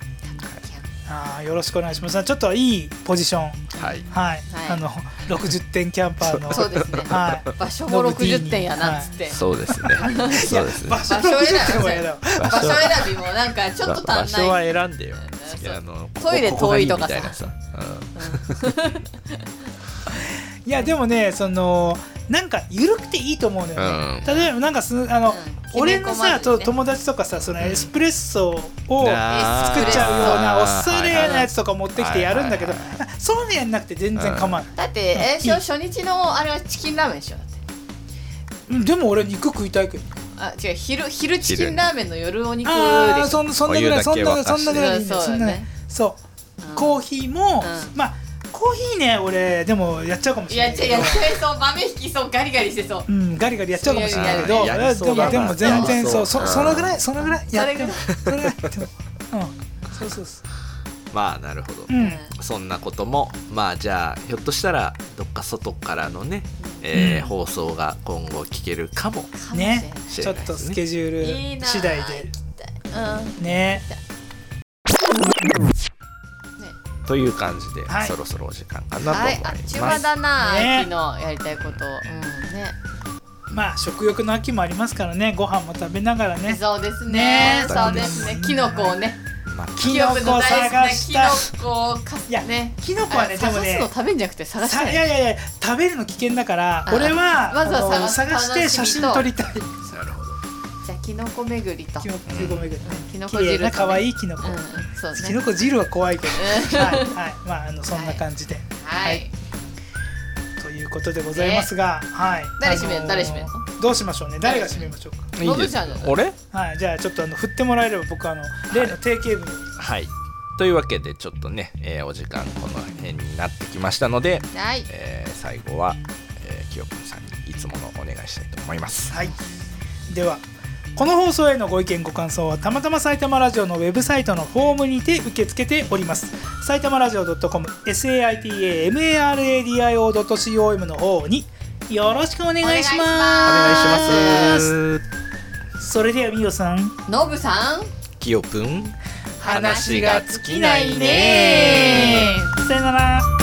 [SPEAKER 1] あーよろしくお願いしますちょっといいポジション
[SPEAKER 3] はい
[SPEAKER 1] はい、
[SPEAKER 2] はい
[SPEAKER 1] あの60点キャンパーの
[SPEAKER 2] そうですね
[SPEAKER 1] はい
[SPEAKER 2] 場所も60点やなっつって、
[SPEAKER 3] そうですね
[SPEAKER 1] いや
[SPEAKER 3] そうですね
[SPEAKER 1] 場所60点はやだわ
[SPEAKER 3] 場
[SPEAKER 2] 場所選びもなんかちょっと
[SPEAKER 3] 場
[SPEAKER 2] 足ん
[SPEAKER 3] 所は
[SPEAKER 2] ない、
[SPEAKER 3] 選んでよ
[SPEAKER 2] そう
[SPEAKER 3] いやあの
[SPEAKER 2] トイレ
[SPEAKER 3] ここここが
[SPEAKER 2] 遠いとかさ
[SPEAKER 3] みたなさうん
[SPEAKER 1] いやでもねそのなんか緩くていいと思うのよね、例えばなんかすあの、
[SPEAKER 2] うん
[SPEAKER 1] 俺のさ、
[SPEAKER 2] きめ
[SPEAKER 1] と
[SPEAKER 2] 細かいね
[SPEAKER 1] 友達とかさその
[SPEAKER 3] うん
[SPEAKER 1] エスプレッソを作
[SPEAKER 3] あー
[SPEAKER 1] っちゃうようなおっ
[SPEAKER 3] あー
[SPEAKER 1] されなやつとか持ってきてやるんだけど、
[SPEAKER 3] はいは
[SPEAKER 1] あ
[SPEAKER 3] い
[SPEAKER 1] そういうのやんなくて全然構わない、
[SPEAKER 2] だってえー初日のあれはチキンラーメンでしょだって
[SPEAKER 1] うんでも俺肉食いたいけど
[SPEAKER 2] あ違う昼昼チキンラーメンの夜お肉でし
[SPEAKER 1] ああ
[SPEAKER 2] ょ
[SPEAKER 1] そんそんなぐらいそ
[SPEAKER 3] お
[SPEAKER 1] ん
[SPEAKER 3] 湯だ
[SPEAKER 1] な
[SPEAKER 3] け沸か
[SPEAKER 1] そん
[SPEAKER 3] して
[SPEAKER 1] なぐらいでいいんだよそ
[SPEAKER 2] そうだ
[SPEAKER 1] ん
[SPEAKER 2] よ
[SPEAKER 1] なぐらい
[SPEAKER 2] ね
[SPEAKER 1] そう
[SPEAKER 2] うん
[SPEAKER 1] コーヒーも、
[SPEAKER 2] うん
[SPEAKER 1] まあコーヒーね俺でもやっちゃうかもし
[SPEAKER 2] い
[SPEAKER 1] れ
[SPEAKER 2] や
[SPEAKER 1] ない
[SPEAKER 2] 違
[SPEAKER 1] け
[SPEAKER 2] う
[SPEAKER 1] ど
[SPEAKER 2] やっちゃいそう豆引きそうガリガリしてそう
[SPEAKER 1] うん、ガリガリやっちゃうかもしれないけど、
[SPEAKER 3] そうやりそうだな
[SPEAKER 1] でもでも全然そう、
[SPEAKER 3] そ
[SPEAKER 1] そうそのぐらいそのぐらいやってもそ
[SPEAKER 2] そ
[SPEAKER 1] れぐらいやっても、うん、そうそうそ
[SPEAKER 3] まあなるほど
[SPEAKER 1] う、うん、
[SPEAKER 3] そんなこともまあじゃあひょっとしたらどっか外からのね、えー
[SPEAKER 1] うん
[SPEAKER 3] 放送が今後聞けるかも
[SPEAKER 2] かもしれない
[SPEAKER 1] ね、
[SPEAKER 3] し
[SPEAKER 1] ち
[SPEAKER 3] れ
[SPEAKER 1] ょ
[SPEAKER 3] な
[SPEAKER 1] っ
[SPEAKER 3] いです
[SPEAKER 1] と
[SPEAKER 3] ね
[SPEAKER 1] スケジュ
[SPEAKER 2] い
[SPEAKER 1] ー
[SPEAKER 2] い
[SPEAKER 1] ル
[SPEAKER 2] な
[SPEAKER 1] 次第で
[SPEAKER 2] うん
[SPEAKER 1] ね、
[SPEAKER 3] という感じで、
[SPEAKER 1] はい
[SPEAKER 3] そろそろお時間かなと思
[SPEAKER 2] はいいあっちゅう
[SPEAKER 3] ま
[SPEAKER 2] 間
[SPEAKER 3] す。
[SPEAKER 2] だな、
[SPEAKER 1] ね
[SPEAKER 2] 秋のやりたいことうんね
[SPEAKER 1] まあ食欲の秋もありますからね、ご飯も食べながらね、
[SPEAKER 2] そうですね
[SPEAKER 1] ね
[SPEAKER 2] そうですねキノコをね
[SPEAKER 3] まあ
[SPEAKER 1] キノコ
[SPEAKER 2] 記憶の大好きな
[SPEAKER 1] 探した
[SPEAKER 2] キノコをか
[SPEAKER 1] いや
[SPEAKER 2] ね
[SPEAKER 1] キノコはねで
[SPEAKER 2] あ
[SPEAKER 1] もね
[SPEAKER 2] 探すの食べんじゃなくて探し
[SPEAKER 1] さ
[SPEAKER 2] た
[SPEAKER 1] い
[SPEAKER 2] い
[SPEAKER 1] やいやいや食べるの危険だから、
[SPEAKER 2] あ
[SPEAKER 1] 俺は
[SPEAKER 2] まずは
[SPEAKER 1] あの
[SPEAKER 2] 探
[SPEAKER 1] 探
[SPEAKER 2] す
[SPEAKER 1] して写真撮りたい。
[SPEAKER 3] なるほど。
[SPEAKER 2] じゃあキノコ巡りと
[SPEAKER 1] キノコごめんね
[SPEAKER 2] キノコ
[SPEAKER 1] 綺麗
[SPEAKER 2] 汁と
[SPEAKER 1] な
[SPEAKER 2] ね
[SPEAKER 1] 可愛いキノコ
[SPEAKER 2] う。んそう
[SPEAKER 1] キ
[SPEAKER 2] ね
[SPEAKER 1] ノコ汁は怖いけ
[SPEAKER 2] う
[SPEAKER 1] ど、はいはい、まああのそんな感じで。
[SPEAKER 2] はい
[SPEAKER 1] ということでございますが、はい。
[SPEAKER 2] 誰締め
[SPEAKER 1] あ
[SPEAKER 2] る
[SPEAKER 1] のー
[SPEAKER 2] 誰締める
[SPEAKER 1] どうしましょうね。誰が締めましょうか。
[SPEAKER 2] ノブちゃんだ
[SPEAKER 3] 俺
[SPEAKER 1] はい、じゃあちょっとあの振ってもらえれば僕あの例の定型文を
[SPEAKER 3] はい。というわけでちょっとね、えーお時間この辺になってきましたので、
[SPEAKER 2] はい
[SPEAKER 3] えー最後は、えー、清子さんにいつものお願いしたいと思います。
[SPEAKER 1] はい。では。この放送へのご意見ご感想はたまたま埼玉ラジオのウェブサイトのフォームにて受け付けております埼玉ラジオ .com saitamaradio.com の方によろしくお願いし
[SPEAKER 2] お
[SPEAKER 3] お
[SPEAKER 1] ま
[SPEAKER 2] 願
[SPEAKER 3] 願
[SPEAKER 2] い
[SPEAKER 3] いします。
[SPEAKER 1] すそれではみおさん
[SPEAKER 2] ノブさん
[SPEAKER 3] 清くん。
[SPEAKER 1] 話が尽きないねさよなら